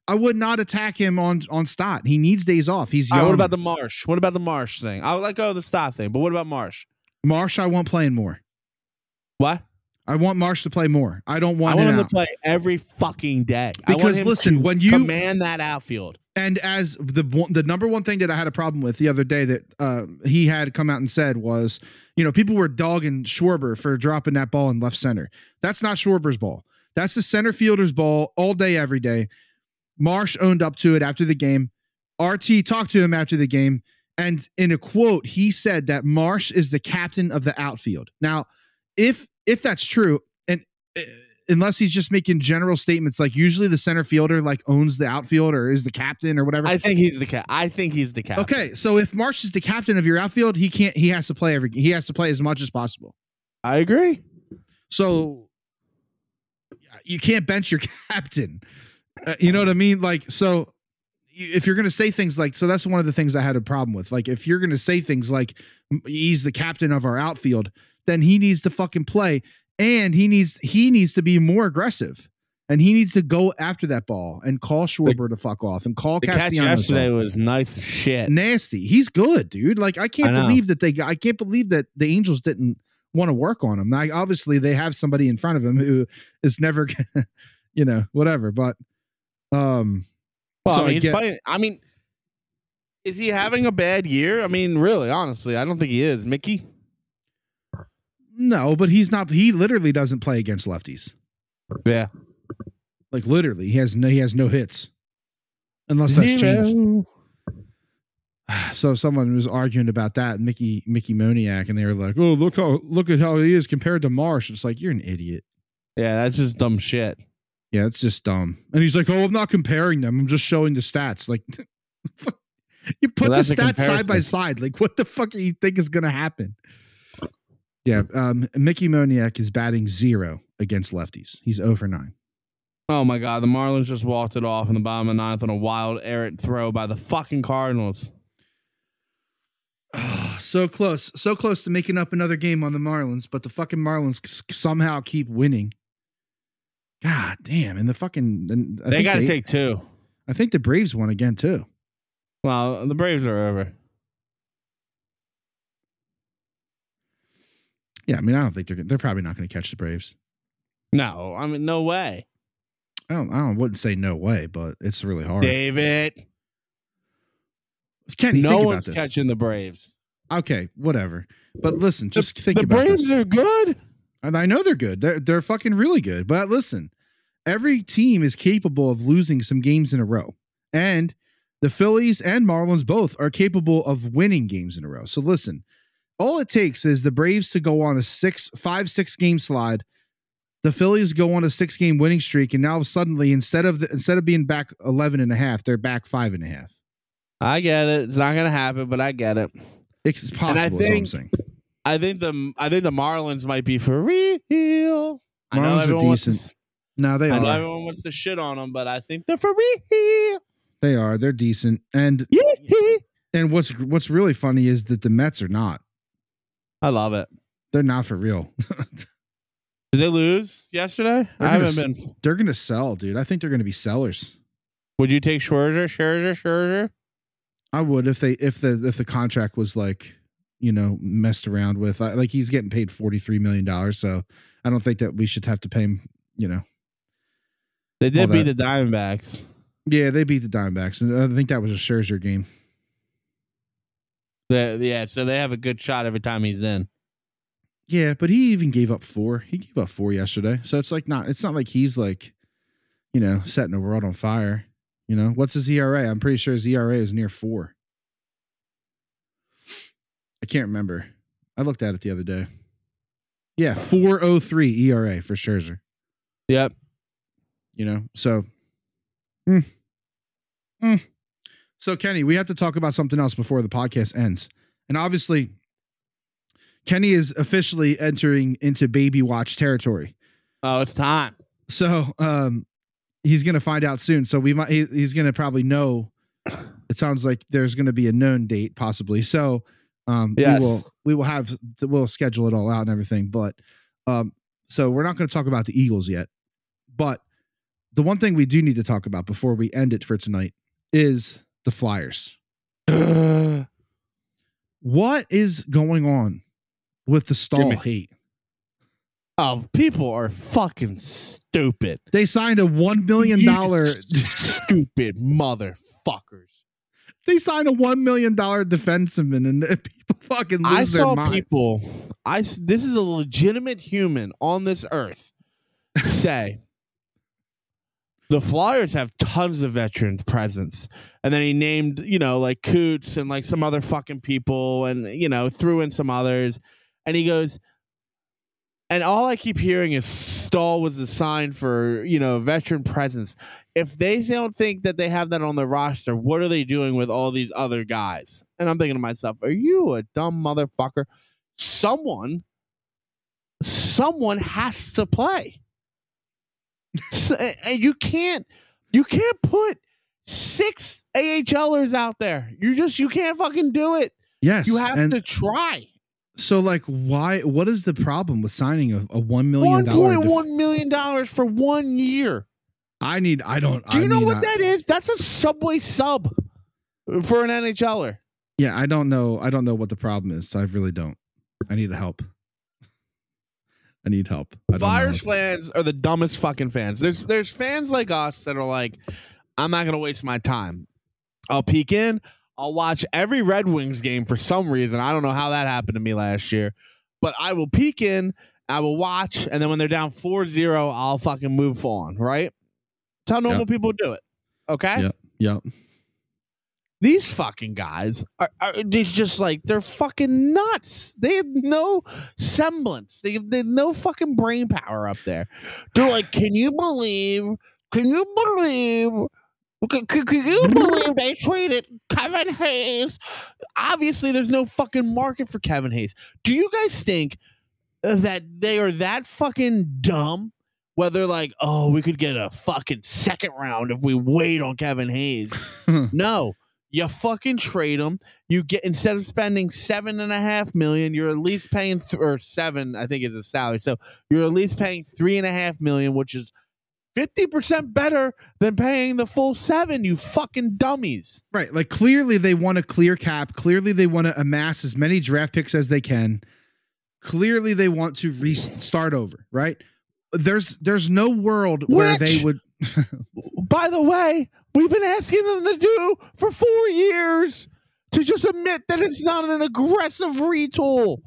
I would not attack him on on Stott. He needs days off. He's All young. right, what about the Marsh? What about the Marsh thing? I would let go of the Stott thing, but what about Marsh? Marsh? I want playing more. What? I want Marsh to play more. I don't I want, want it him to out. play every fucking day. I want Because him listen, to when you- command that outfield, And as the one- the number one thing that I had a problem with the other day that uh, he had come out and said was, you know, people were dogging Schwarber for dropping that ball in left center. That's not Schwarber's ball. That's the center fielder's ball all day, every day. Marsh owned up to it after the game. RT talked to him after the game, and in a quote, he said that Marsh is the captain of the outfield. Now, if if that's true, and uh, unless he's just making general statements, like usually the center fielder like owns the outfield or is the captain or whatever. I think he's the cat. I think he's the cat. okay, so if Marsh is the captain of your outfield, he can't. He has to play every. He has to play as much as possible. I agree. So you can't bench your captain. Uh, you know what I mean? Like so y- if you're going to say things like so that's one of the things I had a problem with. Like if you're going to say things like "M- he's the captain of our outfield, then he needs to fucking play and he needs he needs to be more aggressive. And he needs to go after that ball and call Schwarber to fuck off and call The catch Castellanos. yesterday off. was nice as shit. Nasty. He's good, dude. Like I can't I know. believe that they got- I can't believe that the Angels didn't want to work on him. Now obviously they have somebody in front of him who is never gonna- you know, whatever, but um Well, so I I mean, he's get- playing- I mean, is he having a bad year? I mean, really, honestly, I don't think he is. Mickey, no, but he's not he literally doesn't play against lefties. yeah, Like literally, he has no he has no hits. Unless that's changed. Zero. So someone was arguing about that, Mickey Mickey Moniak, and they were like, "Oh, look how look at how he is compared to Marsh." It's like you're an idiot. yeah, that's just dumb shit. Yeah, it's just dumb. And he's like, "Oh, I'm not comparing them. I'm just showing the stats." Like, you put Well, the that's a stats side by comparison. side. Like, what the fuck do you think is going to happen? Yeah, um, Mickey Moniak is batting zero against lefties. He's over nine. Oh my god, the Marlins just walked it off in the bottom of the ninth on a wild errant throw by the fucking Cardinals. Oh, so close, so close to making up another game on the Marlins, but the fucking Marlins s- somehow keep winning. God damn! And the fucking and I they think got to take two. I think the Braves won again too. Well, the Braves are over. Yeah, I mean, I don't think they're gonna- they're probably not going to catch the Braves. No, I mean, no way. I don't, I don't- wouldn't say no way, but it's really hard. David, Kenny, no think about one's this. catching the Braves. okay, whatever. But listen, just think the about Braves this. are good. And I know they're good. They're they're fucking really good. But listen, every team is capable of losing some games in a row. And the Phillies and Marlins both are capable of winning games in a row. So listen, all it takes is the Braves to go on a six, five, six game slide. The Phillies go on a six game winning streak, and now suddenly instead of the, instead of being back 11 and a half, they're back five and a half. I get it. It's not gonna happen, but I get it. It's possible. I is what I'm think- saying. I think the I think the Marlins might be for real. I Marlins know are everyone wants to decent. No, they I know are. everyone wants to shit on them, but I think they're for real. They are. They're decent. And and what's what's really funny is that the Mets are not. I love it. They're not for real. Did they lose yesterday? They're I haven't gonna been. they're gonna sell, dude. I think they're gonna be sellers. Would you take Scherzer? Scherzer? Scherzer? I would if they if the if the contract was like you know messed around with. I, like he's getting paid forty three million dollars, so I don't think that we should have to pay him. You know, They All did beat the that. Diamondbacks. yeah, they beat the Diamondbacks, and I think that was a Scherzer game. They, yeah, so they have a good shot every time he's in. Yeah, but he even gave up four. He gave up four yesterday, so it's like not. It's not like he's like, you know, setting the world on fire. You know, what's his ERA? I'm pretty sure his ERA is near four. I can't remember. I looked at it the other day. Yeah, four oh three ERA for Scherzer. Yep. You know, so. Hmm. Hmm. So Kenny, we have to talk about something else before the podcast ends, and obviously Kenny is officially entering into baby watch territory. Oh, it's time. So um, he's going to find out soon. So we might he, he's going to probably know. It sounds like there's going to be a known date possibly. So um, Yes. we will we will have we'll schedule it all out and everything. But um, so we're not going to talk about the Eagles yet. But the one thing we do need to talk about before we end it for tonight is the Flyers Give what is going on with the stall me- hate? Oh, people are fucking stupid. They signed a one million dollar. stupid motherfuckers. They signed a one million dollar defenseman, and people fucking lose I saw their mind. people. I s- this is a legitimate human on this earth say the Flyers have tons of veterans presence, and then he named you know like Coots and like some other fucking people, and you know threw in some others, and he goes. And all I keep hearing is Stall was a sign for you know veteran presence. If they don't think that they have that on the roster, what are they doing with all these other guys? And I'm thinking to myself, are you a dumb motherfucker? Someone, someone has to play. S- and you can't, you can't put six AHLers out there. You just, you can't fucking do it. Yes, You have and to try. so like, why? What is the problem with signing a, a one million One dollar? point def- one million dollars for one year. I need. I don't. Do you I know mean, what I- that is? That's a Subway sub for an NHLer. Yeah, I don't know. I don't know what the problem is. I really don't. I need help. I need help. I don't know Flyers what- fans are the dumbest fucking fans. There's there's fans like us that are like, I'm not gonna waste my time. I'll peek in. I'll watch every Red Wings game for some reason. I don't know how that happened to me last year, but I will peek in. I will watch, and then when they're down 4-0, I'll fucking move on. Right? That's how normal people do it. Okay. Yep. these fucking guys are, are they're just like they're fucking nuts. They have no semblance. They have, they have no fucking brain power up there. They're like, can you believe? Can you believe? Can, can, can you believe they traded Kevin Hayes? Obviously, there's no fucking market for Kevin Hayes. Do you guys think that they are that fucking dumb? Whether like, oh, we could get a fucking second round if we wait on Kevin Hayes. No, you fucking trade them. You get instead of spending seven and a half million, you're at least paying th- or seven, I think, is a salary. So you're at least paying three and a half million, which is fifty percent better than paying the full seven. You fucking dummies. Right. Like clearly they want a clear cap. Clearly they want to amass as many draft picks as they can. Clearly they want to restart over, right? There's there's no world where they Which- would By the way, we've been asking them to do for four years. to just admit that it's not an aggressive retool.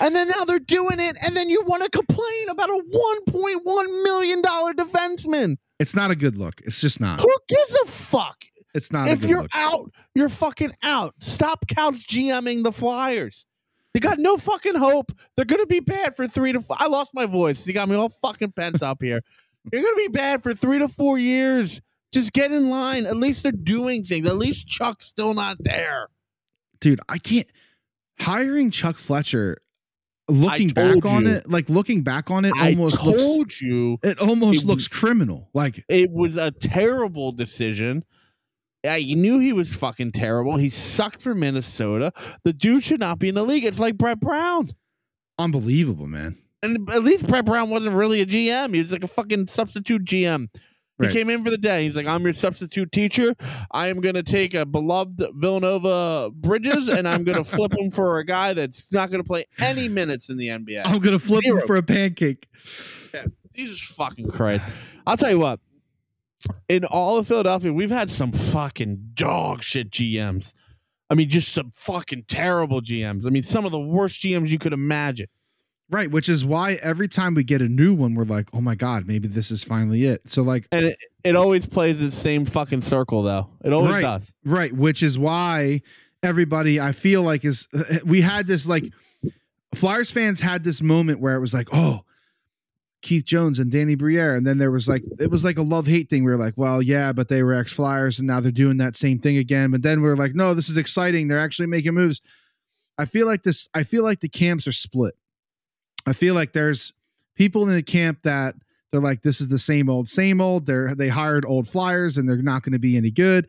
and then now they're doing it, and then you want to complain about a $1.1 million defenseman. It's not a good look. It's just not. Who gives a fuck? It's not a if good you're look. out, you're fucking out. Stop couch GMing the Flyers. They got no fucking hope. They're gonna be bad for three to. F- I lost my voice. You got me all fucking pent up here. You're gonna be bad for three to four years. Just get in line. At least they're doing things. At least Chuck's still not there. Dude, I can't hiring Chuck Fletcher looking told back on you. it, like looking back on it I almost told looks you it almost It- looks criminal. Like it was a terrible decision. I knew he was fucking terrible. He sucked for Minnesota. The dude should not be in the league. It's like Brett Brown. unbelievable, man. And at least Brett Brown wasn't really a GM. He was like a fucking substitute GM. Right. He came in for the day. He's like, I'm your substitute teacher. I am going to take a beloved Villanova Bridges and I'm going to flip him for a guy that's not going to play any minutes in the NBA. I'm gonna flip Zero. him for a pancake. Jesus fucking Christ. I'll tell you what. In all of Philadelphia, we've had some fucking dog shit GMs. I mean, just some fucking terrible GMs. I mean, some of the worst GMs you could imagine. Right, which is why every time we get a new one, we're like, oh my god, maybe this is finally it. So like And it, it always plays the same fucking circle, though. It always Right. does. Right, which is why everybody I feel like is uh, we had this like Flyers fans had this moment where it was like, oh, Keith Jones and Danny Briere, and then there was like it was like a love hate thing. We were like, well, yeah, but they were ex Flyers, and now they're doing that same thing again. But then we are like, no, this is exciting. They're actually making moves. I feel like this. I feel like the camps are split. I feel like there's people in the camp that they're like, this is the same old, same old. They're they hired old Flyers, and they're not going to be any good.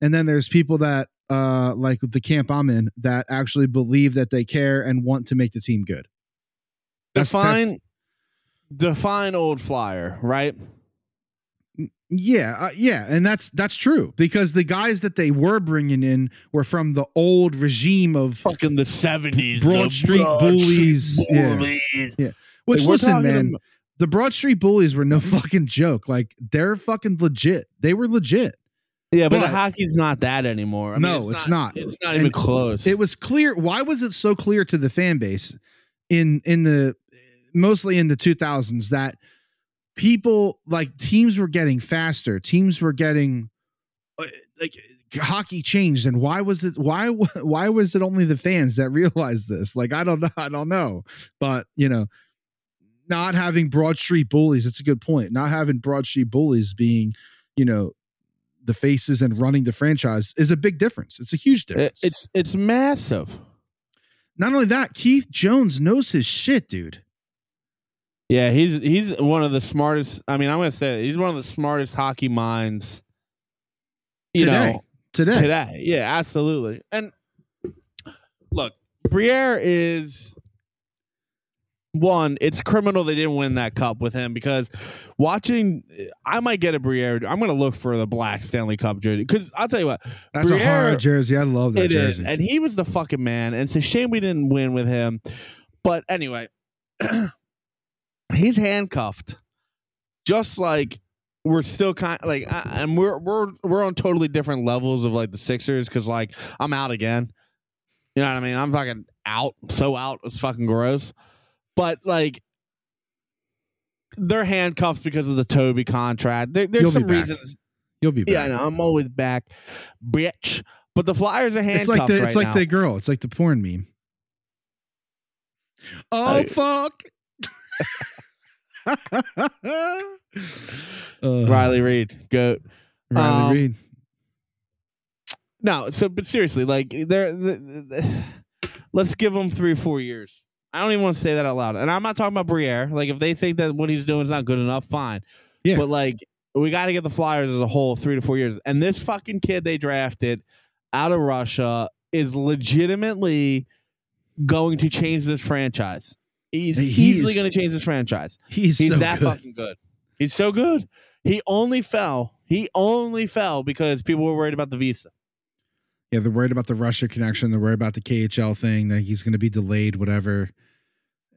And then there's people that uh like the camp I'm in that actually believe that they care and want to make the team good. That's- that's- define define old flyer, right? Yeah, uh, yeah, and that's that's true because the guys that they were bringing in were from the old regime of Fucking the seventies, Broad Street bullies, yeah. which listen, man, the Broad Street Bullies were no fucking joke. Like they're fucking legit. They were legit. yeah, but, the but- hockey's not that anymore. I mean, No, it's not. It's not And even close. It was clear. Why was it so clear to the fan base in in the mostly in the 2000s that people like teams were getting faster, teams were getting uh, like hockey changed and why was it why why was it only the fans that realized this? Like I don't know, I don't know. But, you know, not having Broad Street bullies, it's a good point. Not having Broad Street bullies being, you know, the faces and running the franchise is a big difference. It's a huge It- difference it's it's massive. not only that, Keith Jones knows his shit, dude. Yeah, he's he's one of the smartest. I mean, I'm gonna say it, he's one of the smartest hockey minds. You Today. know, Today. today. Yeah, absolutely. And look, Briere is one. It's criminal they didn't win that cup with him because watching, I might get a Briere. I'm going to look for the black Stanley Cup jersey because I'll tell you what, That's a Briere- hard jersey. I love that it is, jersey. and he was the fucking man. And it's a shame we didn't win with him. But anyway, he's handcuffed, just like we're still kind like, I, and we're we're we're on totally different levels of like the Sixers because like I'm out again. You know what I mean? I'm fucking out, so out. It's fucking gross. But like. They're handcuffed because of the Toby contract. There, there's You'll be some back. reasons. You'll be back. Yeah, I know. I'm always back, bitch. But the Flyers are handcuffed It's like the right it's like now. the girl. It's like the porn meme. Oh I- fuck. Uh, Riley Reed, goat. Riley um, Reed. No, so but seriously, like they're th th- th- let's give him three, four years. I don't even want to say that out loud, and I'm not talking about Briere. Like if they think that what he's doing is not good enough, fine. Yeah. But like we got to get the Flyers as a whole three to four years, and this fucking kid they drafted out of Russia is legitimately going to change this franchise. He's He easily is- going to change this franchise. He's, He's so that good. fucking good. He's so good. He only fell. He only fell because people were worried about the visa. Yeah, they're worried about the Russia connection. They're worried about the KHL thing. That he's going to be delayed. Whatever.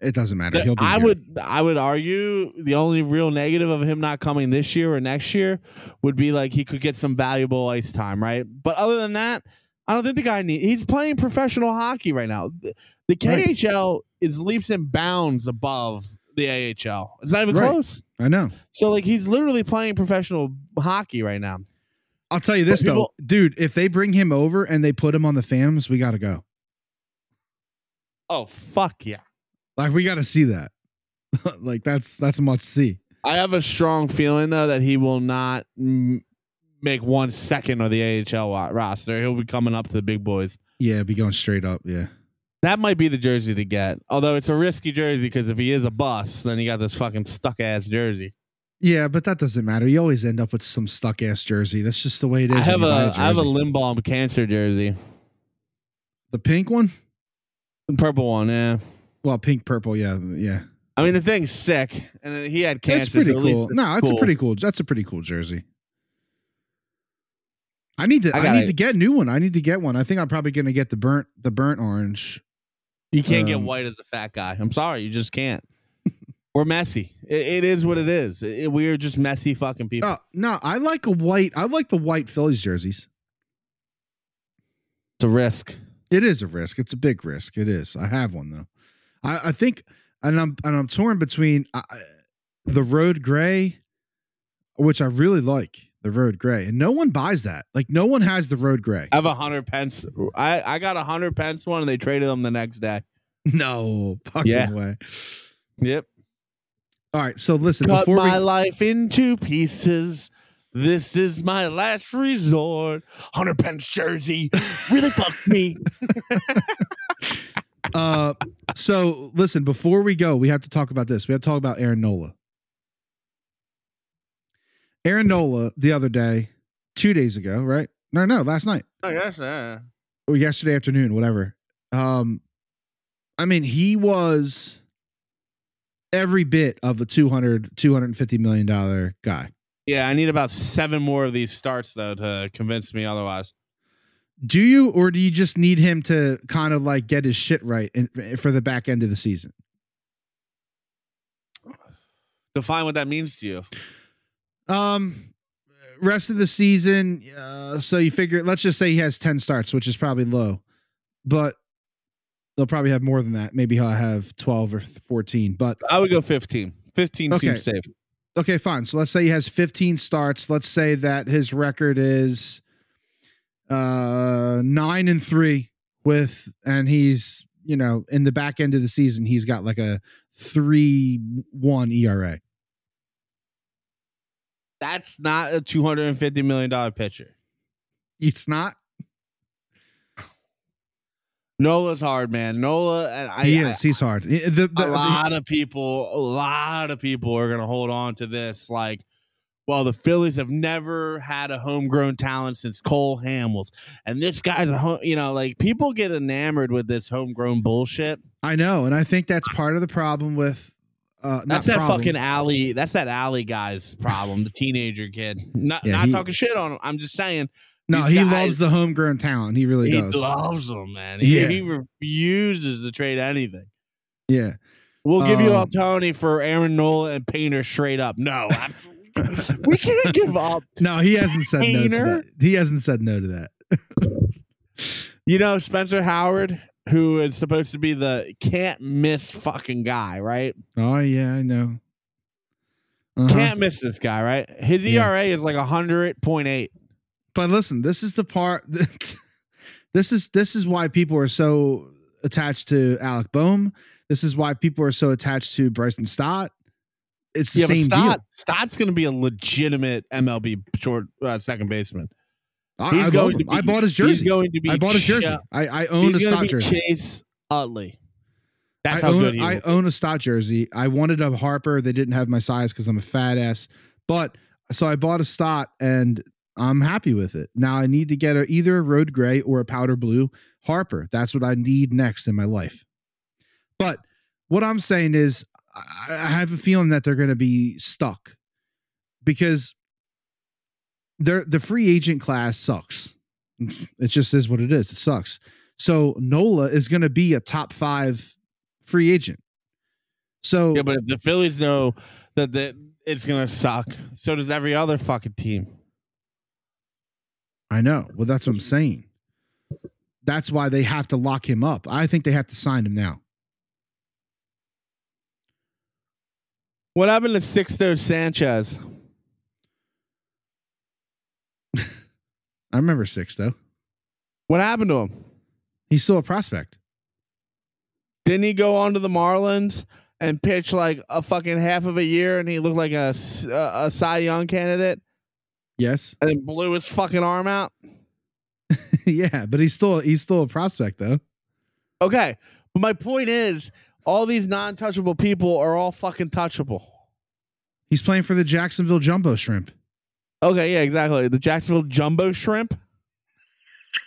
It doesn't matter. He'll be. I here. would I would argue the only real negative of him not coming this year or next year would be like he could get some valuable ice time, right? But other than that, I don't think the guy needs. He's playing professional hockey right now. The, the Right. KHL is leaps and bounds above the AHL. It's not even Right. close. I know. So like he's literally playing professional hockey right now. I'll tell you this But though, dude. If they bring him over and they put him on the Phantoms, we gotta go. Oh fuck yeah! Like we gotta see that. like that's that's a must see. I have a strong feeling though that he will not mm, make one second of the AHL wa- roster. He'll be coming up to the big boys. Yeah, be going straight up. Yeah. That might be the jersey to get. Although it's a risky jersey because if he is a bust, then you got this fucking stuck ass jersey. Yeah, but that doesn't matter. You always end up with some stuck ass jersey. That's just the way it is. I have when a you buy I have a jersey. Limbaum cancer jersey, the pink one. the purple one. Yeah, Well, pink purple. Yeah, yeah. I mean the thing's sick, and he had cancer. That's pretty so at least cool. it's No, that's cool. a pretty cool. That's a pretty cool jersey. I need to. I I, got need it. to get a new one. I need to get one. I think I'm probably gonna get the burnt the burnt orange. You can't get Um, white as a fat guy. I'm sorry, you just can't. We're messy. It, it is what it is. It- it- we are just messy fucking people. Oh, no, I like a white. I like the white Phillies jerseys. It's a risk. It is a risk. It's a big risk. It is. I have one though. I, I think, and I'm and I'm torn between uh, the road gray, which I really like the road gray, and no one buys that. Like no one has the road gray. I have a hundred pence. I, I got a hundred pence one, and they traded them the next day. no fucking Yeah. way. Yep. All right, so listen Cut before we. my life into pieces. This is my last resort. Hundred pence jersey really fucked me. Uh, so listen, before we go, we have to talk about this. We have to talk about Aaron Nola. Aaron Nola the other day, two days ago, right? No, no, last night I guess. Uh, or Oh, yesterday afternoon, whatever. Um, I mean, he was every bit of a 200, 250 million dollar guy. yeah, I need about seven more of these starts though to convince me otherwise. Do you, or do you just need him to kind of like get his shit right in, for the back end of the season? Define what that means to you. Um, rest of the season. Uh, so you figure, let's just say he has 10 starts, which is probably low, but they'll probably have more than that. Maybe he'll have 12 or 14. But I would go 15. 15 Okay. seems safe. okay, fine. So let's say he has 15 starts. Let's say that his record is uh nine and three with and he's you know in the back end of the season he's got like a three one E era That's not a two hundred and fifty million dollar pitcher. it's not Nola's hard, man. Nola, and I, he is he's hard He- the- I- the- a lot of people, a lot of people are gonna hold on to this. Like, well, the Phillies have never had a homegrown talent since Cole Hamels, and this guy's a, home, you know, like people get enamored with this homegrown bullshit. I know, and I think that's part of the problem with. Uh, not That's that problem. fucking alley. That's that alley guy's problem. the teenager kid. Not Yeah, not he- talking shit on him. I'm just saying No, these he guys- loves the homegrown talent. He really he does. loves them, man. He, Yeah. he refuses to trade anything. yeah, We'll give you Um, up Tony for Aaron Nola and Painter straight up. No, absolutely. we can't give up. no, he hasn't said no to Hater. that. He hasn't said no to that. You know Spencer Howard, who is supposed to be the can't miss fucking guy, right? Oh yeah, I know. Uh-huh. Can't miss this guy, right? His Yeah. ERA is like hundred point eight. But listen, this is the part. That, this is this is why people are so attached to Alec Boehm. This is why people are so attached to Bryson Stott. It's the Yeah, but same Stott, deal. Stott's going to be a legitimate MLB short uh, second baseman. I, He's I, love going him. to be- I bought his He's jersey. going to be. I bought his Ch- jersey. I, I own He's a going Stott to be jersey. Chase Utley. That's I how own, good he I is. own a Stott jersey. I wanted a Harper. They didn't have my size because I'm a fat ass. But so I bought a Stott and I'm happy with it. Now I need to get a, either a road gray or a powder blue Harper. That's what I need next in my life. But what I'm saying is, I, I have a feeling that they're going to be stuck because they're, the free agent class sucks. It just is what it is. It sucks. So Nola is going to be a top five free agent. So Yeah, but if the Phillies know that that it's gonna suck, so does every other fucking team. I know. Well, that's what I'm saying. That's why they have to lock him up. I think they have to sign him now. What happened to Sixto Sanchez? I remember six though. What happened to him? He's still a prospect. Didn't he go on to the Marlins and pitch like a fucking half of a year and he looked like a, s- a, a Cy Young candidate Yes. and then blew his fucking arm out? yeah, but he's still he's still a prospect though. Okay. But my point is, all these non touchable people are all fucking touchable. He's playing for the Jacksonville Jumbo Shrimp. Okay. Yeah, exactly. The Jacksonville Jumbo Shrimp.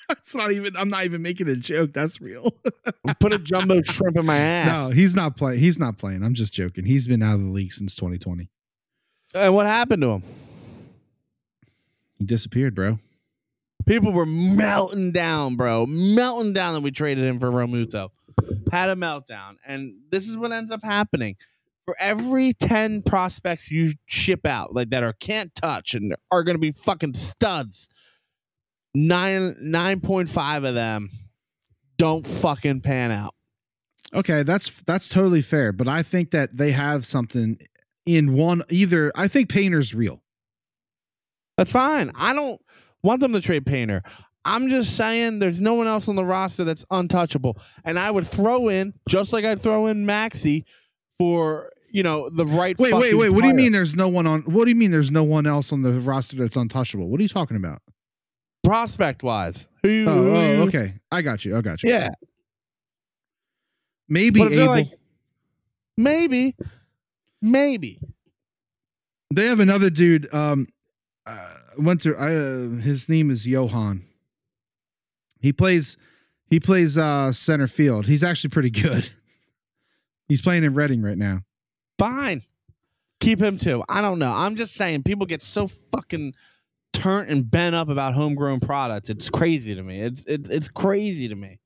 That's not even. I'm not even making a joke. That's real. Put a jumbo shrimp in my ass. no, he's not playing. He's not playing. I'm just joking. He's been out of the league since 2020. And what happened to him? He disappeared, bro. People were melting down, bro. Melting down that we traded him for Romuto. Had a meltdown. And this is what ends up happening. For every 10 prospects you ship out, like that are can't touch and are gonna be fucking studs, nine nine point five of them don't fucking pan out. Okay, that's that's totally fair. But I think that they have something in one. Either I think Painter's real. That's fine. I don't want them to trade Painter. I'm just saying there's no one else on the roster that's untouchable. And I would throw in, just like I'd throw in Maxi for, you know, the right. Wait, wait, fucking wait. What do you player. mean? There's no one on. What do you mean? There's no one else on the roster that's untouchable. What are you talking about? Prospect wise. Who, you- Oh, who oh, you- okay. I got you. I got you. Yeah. Maybe But I feel Abel. like- Maybe. Maybe. They have another dude. Um, uh, went to. I, uh, his name is Johan. He plays. He plays uh, center field. He's actually pretty good. He's playing in Reading right now. Fine. Keep him too. I don't know. I'm just saying people get so fucking turned and bent up about homegrown products. It's crazy to me. It's it's it's crazy to me.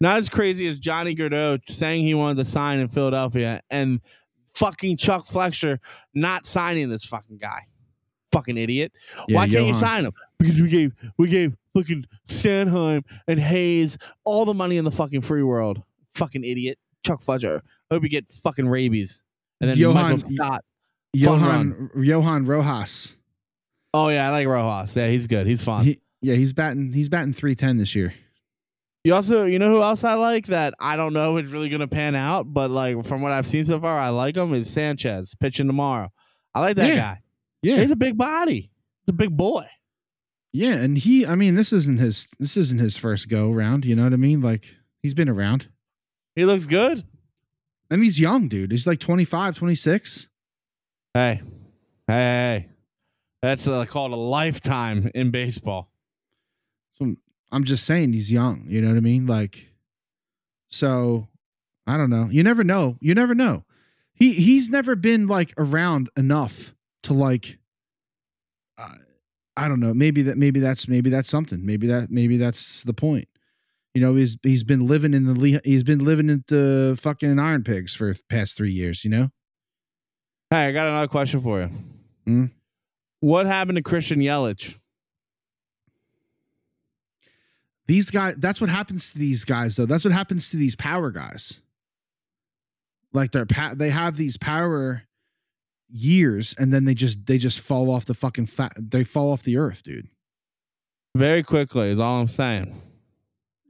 Not as crazy as Johnny Gaudreau saying he wanted to sign in Philadelphia and fucking Chuck Fletcher not signing this fucking guy. Fucking idiot. Why can't you Johan. sign him? Because we gave we gave fucking Sandheim and Hayes all the money in the fucking free world. Fucking idiot. Chuck Fletcher. Hope you get fucking rabies. And then Johan- Michael Scott. Johan Johan Rojas? Oh yeah, I like Rojas. Yeah, he's good. He's fun. He, yeah, he's batting. He's batting three ten this year. you also, you know who else I like that I don't know is really gonna pan out, but like from what I've seen so far, I like him is Sanchez pitching tomorrow. I like that Yeah. guy. Yeah, He's a big body. He's a big boy. yeah, and he. I mean, this isn't his. This isn't his first go round. You know what I mean? Like he's been around. He looks good. And he's young, dude. He's like 25, 26. Hey, hey, hey. that's uh, called a lifetime in baseball. So I'm just saying he's young. You know what I mean? Like, so I don't know. You never know. You never know. He he's never been like around enough to like. Uh, I don't know. Maybe that. Maybe that's. Maybe that's something. Maybe that. Maybe that's the point. You know, he's he's been living in the Leh- he's been living at the fucking Iron Pigs for the past three years. You know, Hey, I got another question for you. Hmm? What happened to Christian Yelich? these guys that's what happens to these guys though that's what happens to these power guys like they're pa- they have these power years and then they just they just fall off the fucking fa- they fall off the earth dude Very quickly is all I'm saying.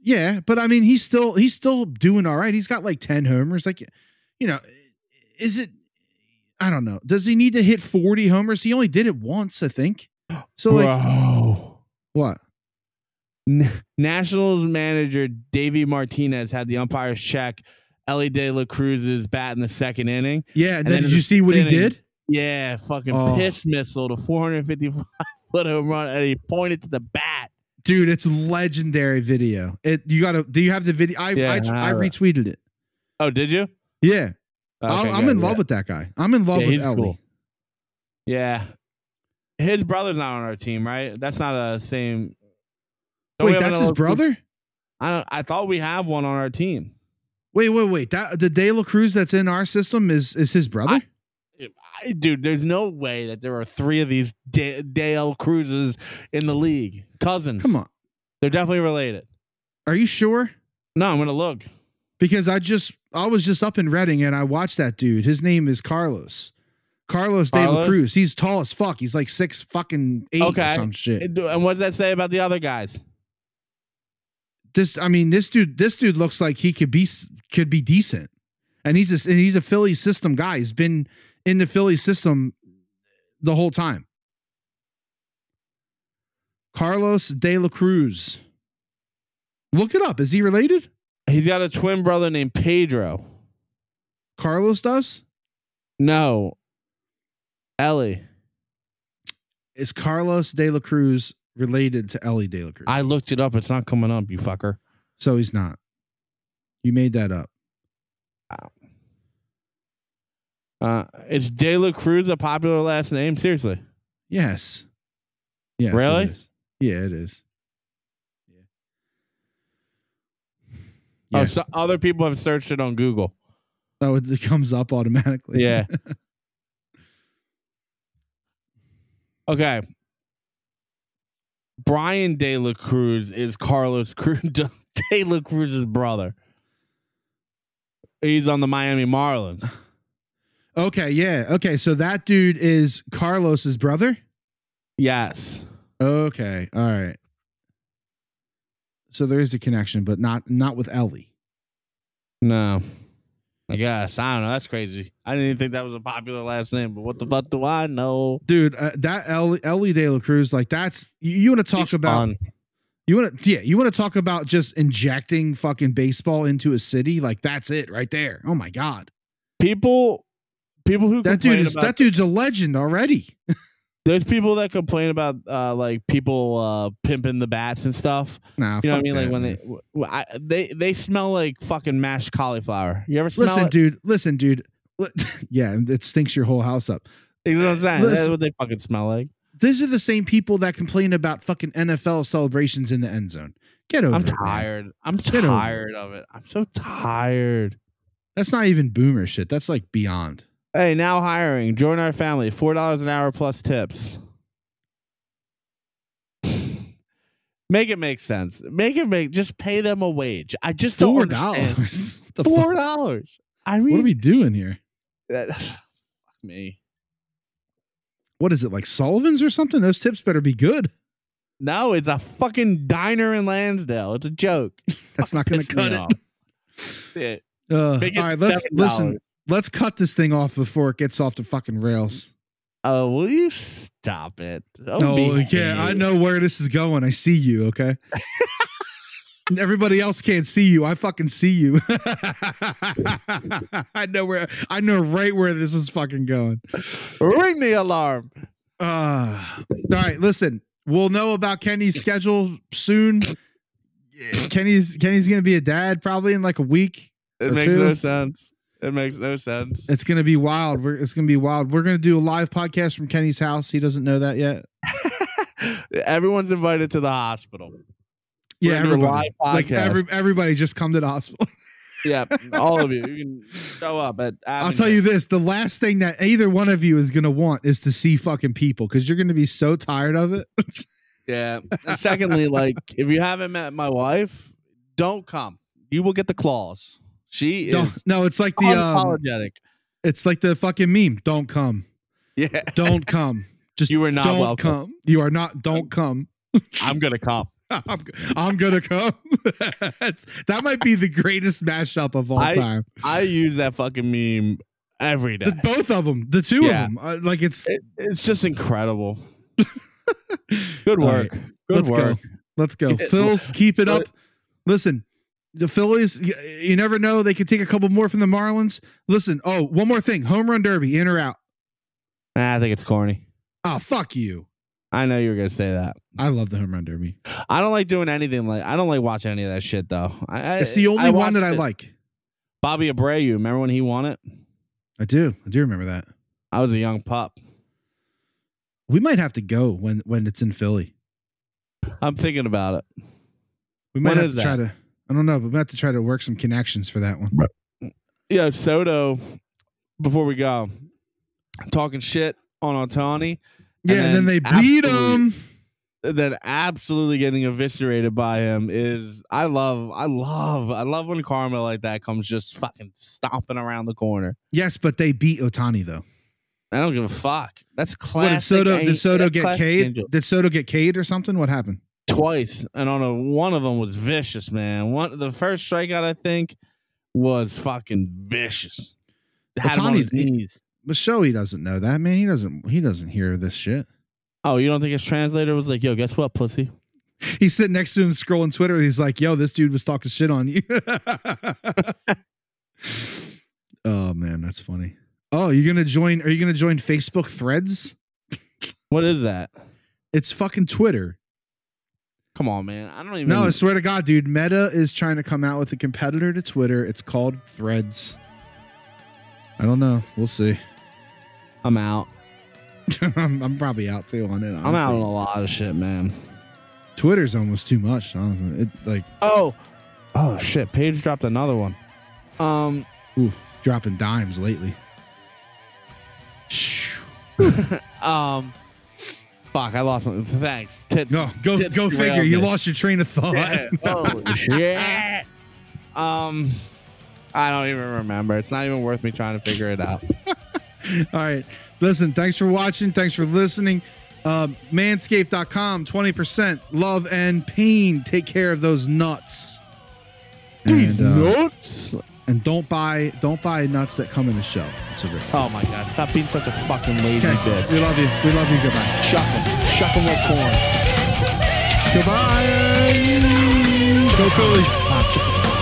yeah but i mean he's still he's still doing all right he's got like 10 homers like you know is it i don't know does he need to hit 40 homers he only did it once i think so like Bro. what N- Nationals manager Davey Martinez had the umpire's check Ellie De La Cruz's bat in the second inning. yeah and then, then did you see what he then he- did Yeah, fucking Oh. piss missile to 455 foot home run, and he pointed to the bat. dude it's legendary video it you gotta do you have the video i Yeah, I, I I have it. retweeted it Oh, did you? yeah I'm, Okay, I'm good, in yeah. love with that guy i'm in love Yeah, with he's Ellie. cool. Yeah, his brother's not on our team, right? That's not a same. Don't we wait have another that's his little- brother I don't, I thought we have one on our team. wait wait wait that the de la cruz that's in our system is is his brother I, dude, there's no way that there are three of these Da- Dale Cruises in the league. Cousins. come on They're definitely related. Are you sure? No, I'm gonna look. Because I just I was just up in Reading and I watched that dude. His name is Carlos. Carlos, de la Carlos? Cruz. He's tall as fuck. He's like six fucking eight Okay. or some shit. And do- and what does that say about the other guys? this I mean this dude this dude looks like he could be could be decent, and he's a, and he's a Philly system guy. He's been in the Philly system the whole time. Carlos De La Cruz. Look it up. Is he related? He's got a twin brother named Pedro. Carlos does. No, Ellie. Is Carlos De La Cruz related to Ellie De La Cruz? I looked it up. It's not coming up, you fucker. so he's not. You made that up. Uh, it's De La Cruz, a popular last name. Seriously, Yes. Yes. it Really? is. Yeah, it is. Yeah. oh, so other people have searched it on Google. Oh, it it comes up automatically. Yeah. okay. Brian De La Cruz is Carlos Cruz, De La Cruz's brother. He's on the Miami Marlins. Okay. Yeah. Okay. So that dude is Carlos's brother. Yes. Okay. All right. So there is a connection, but not not with Ellie. No. I guess I don't know. That's crazy. I didn't even think that was a popular last name, but what the fuck do I know? Dude, uh, that Ellie, Ellie De La Cruz, like that's you, you want to talk He's about fun. you want to yeah you want to talk about just injecting fucking baseball into a city like that's it right there. Oh my god, people. People who that dude complain is about that dude's a legend already. there's people that complain about uh like people uh pimping the bats and stuff. Nah, You know what I fuck mean? that, Like when man. they w- w- I- they they smell like fucking mashed cauliflower. You ever smell listen, it? dude, listen, dude. Li- Yeah, it stinks your whole house up. You know what I'm saying? That's listen. what they fucking smell like. These are the same people that complain about fucking NFL celebrations in the end zone. Get over I'm it. man. tired. I'm over it. tired of it. I'm so tired. That's not even boomer shit. That's like beyond. Hey, now hiring. Join our family. Four dollars an hour plus tips. Make it make sense. Make it make. Just pay them a wage. I just don't Four understand. dollars. What the fuck? Four dollars. I mean, What are we doing here? that, fuck me. What is it like Sullivan's or something? Those tips better be good. No, it's a fucking diner in Lansdale. It's a joke. That's not going to Piss me cut off. it. Shit. Uh, all Make it right, let's $7. listen. Let's cut this thing off before it gets off the fucking rails. Oh, will you stop it? Don't No, be yeah, I hated. know where this is going. I see you, okay? Everybody else can't see you. I fucking see you. I know where I know right where this is fucking going. Ring the alarm. Uh, all right, listen. We'll know about Kenny's schedule soon. Yeah, Kenny's Kenny's gonna be a dad probably in like a week. It Or makes two. no sense. It makes no sense. It's gonna be wild. We're, it's gonna be wild. We're gonna do a live podcast from Kenny's house. He doesn't know that yet. Everyone's invited to the hospital. We're gonna Yeah, do a everybody. live Like podcast. every, everybody just come to the hospital. Yeah, all of you. You can show up at. I'll tell you this: the last thing that either one of you is gonna want is to see fucking people because you're gonna be so tired of it. Yeah. And secondly, like if you haven't met my wife, don't come. You will get the claws. She Don't- is no, it's like the um, unapologetic. it's like the fucking meme. Don't come. yeah. Don't come. Just You were not don't welcome. come. You are not. Don't come. I'm gonna come. I'm, I'm gonna come. That's- that might be the greatest mashup of all I- time. I use that fucking meme every day. The, both of them, the two Yeah. of them. Uh, like it's It- it's just incredible. Good All work. Good let's work. go. Let's go. Get- Phil's keep it up. let- Listen, the Phillies. You, you never know; they could take a couple more from the Marlins. Listen. Oh, one more thing: home run derby, in or out? Nah, I think it's corny. Oh, fuck you! I know you were gonna say that. I love the home run derby. I don't like doing anything like I don't like watching any of that shit though. I, I- It's the only one that I watched it. like. Bobby Abreu. Remember when he won it? I do. I do remember that. I was a young pup. We might have to go when when it's in Philly. I'm thinking about it. We might When have is to try to. I don't know, but we might have to try to work some connections for that one. Yeah, Soto. Before we go, talking shit on Otani. Yeah, and then, then they beat absolutely- them. that absolutely getting eviscerated by him is I love I love I love when karma like that comes just fucking stomping around the corner. Yes, but they beat Otani though. I don't give a fuck. That's What classic. did Soto? Ang- Did Soto that's get classic K'd? Angel. Did Soto get K'd or something? What happened? twice, and on a one of them was vicious, man. One the first strikeout I think was fucking vicious. Had him on Ohtani's- his knees. Shohei doesn't know that man. He doesn't. He doesn't hear this shit. Oh, you don't think his translator was like, "Yo, guess what, pussy." He's sitting next to him scrolling Twitter. And he's like, "Yo, this dude was talking shit on you." oh man, that's funny. Oh, you're gonna join? Are you gonna join Facebook Threads? What is that? It's fucking Twitter. Come on, man. I don't even No, I swear to God, dude. Meta is trying to come out with a competitor to Twitter. It's called Threads. I don't know. We'll see. I'm out. I'm, I'm probably out too on it. I'm out on honestly. a lot of shit, man. Twitter's almost too much. Honestly, it like Oh, oh shit! Paige dropped another one. Um, ooh, dropping dimes lately. Shh. um, fuck! I lost something. Thanks. Tits. No, go Tits go derailed figure. You me. lost your train of thought. Yeah. Oh shit. Um, I don't even remember. It's not even worth me trying to figure it out. All right. Listen, thanks for watching. Thanks for listening. Um, manscaped.com, 20% love and pain. Take care of those nuts. And, uh, notes. and don't buy don't buy nuts that come in the shell. It's a rip. Oh my god! Stop being such a fucking lazy Okay. bitch. We love you. We love you. Goodbye. Shuck them. Shuck them like corn. Goodbye. Go Phillies. Ah,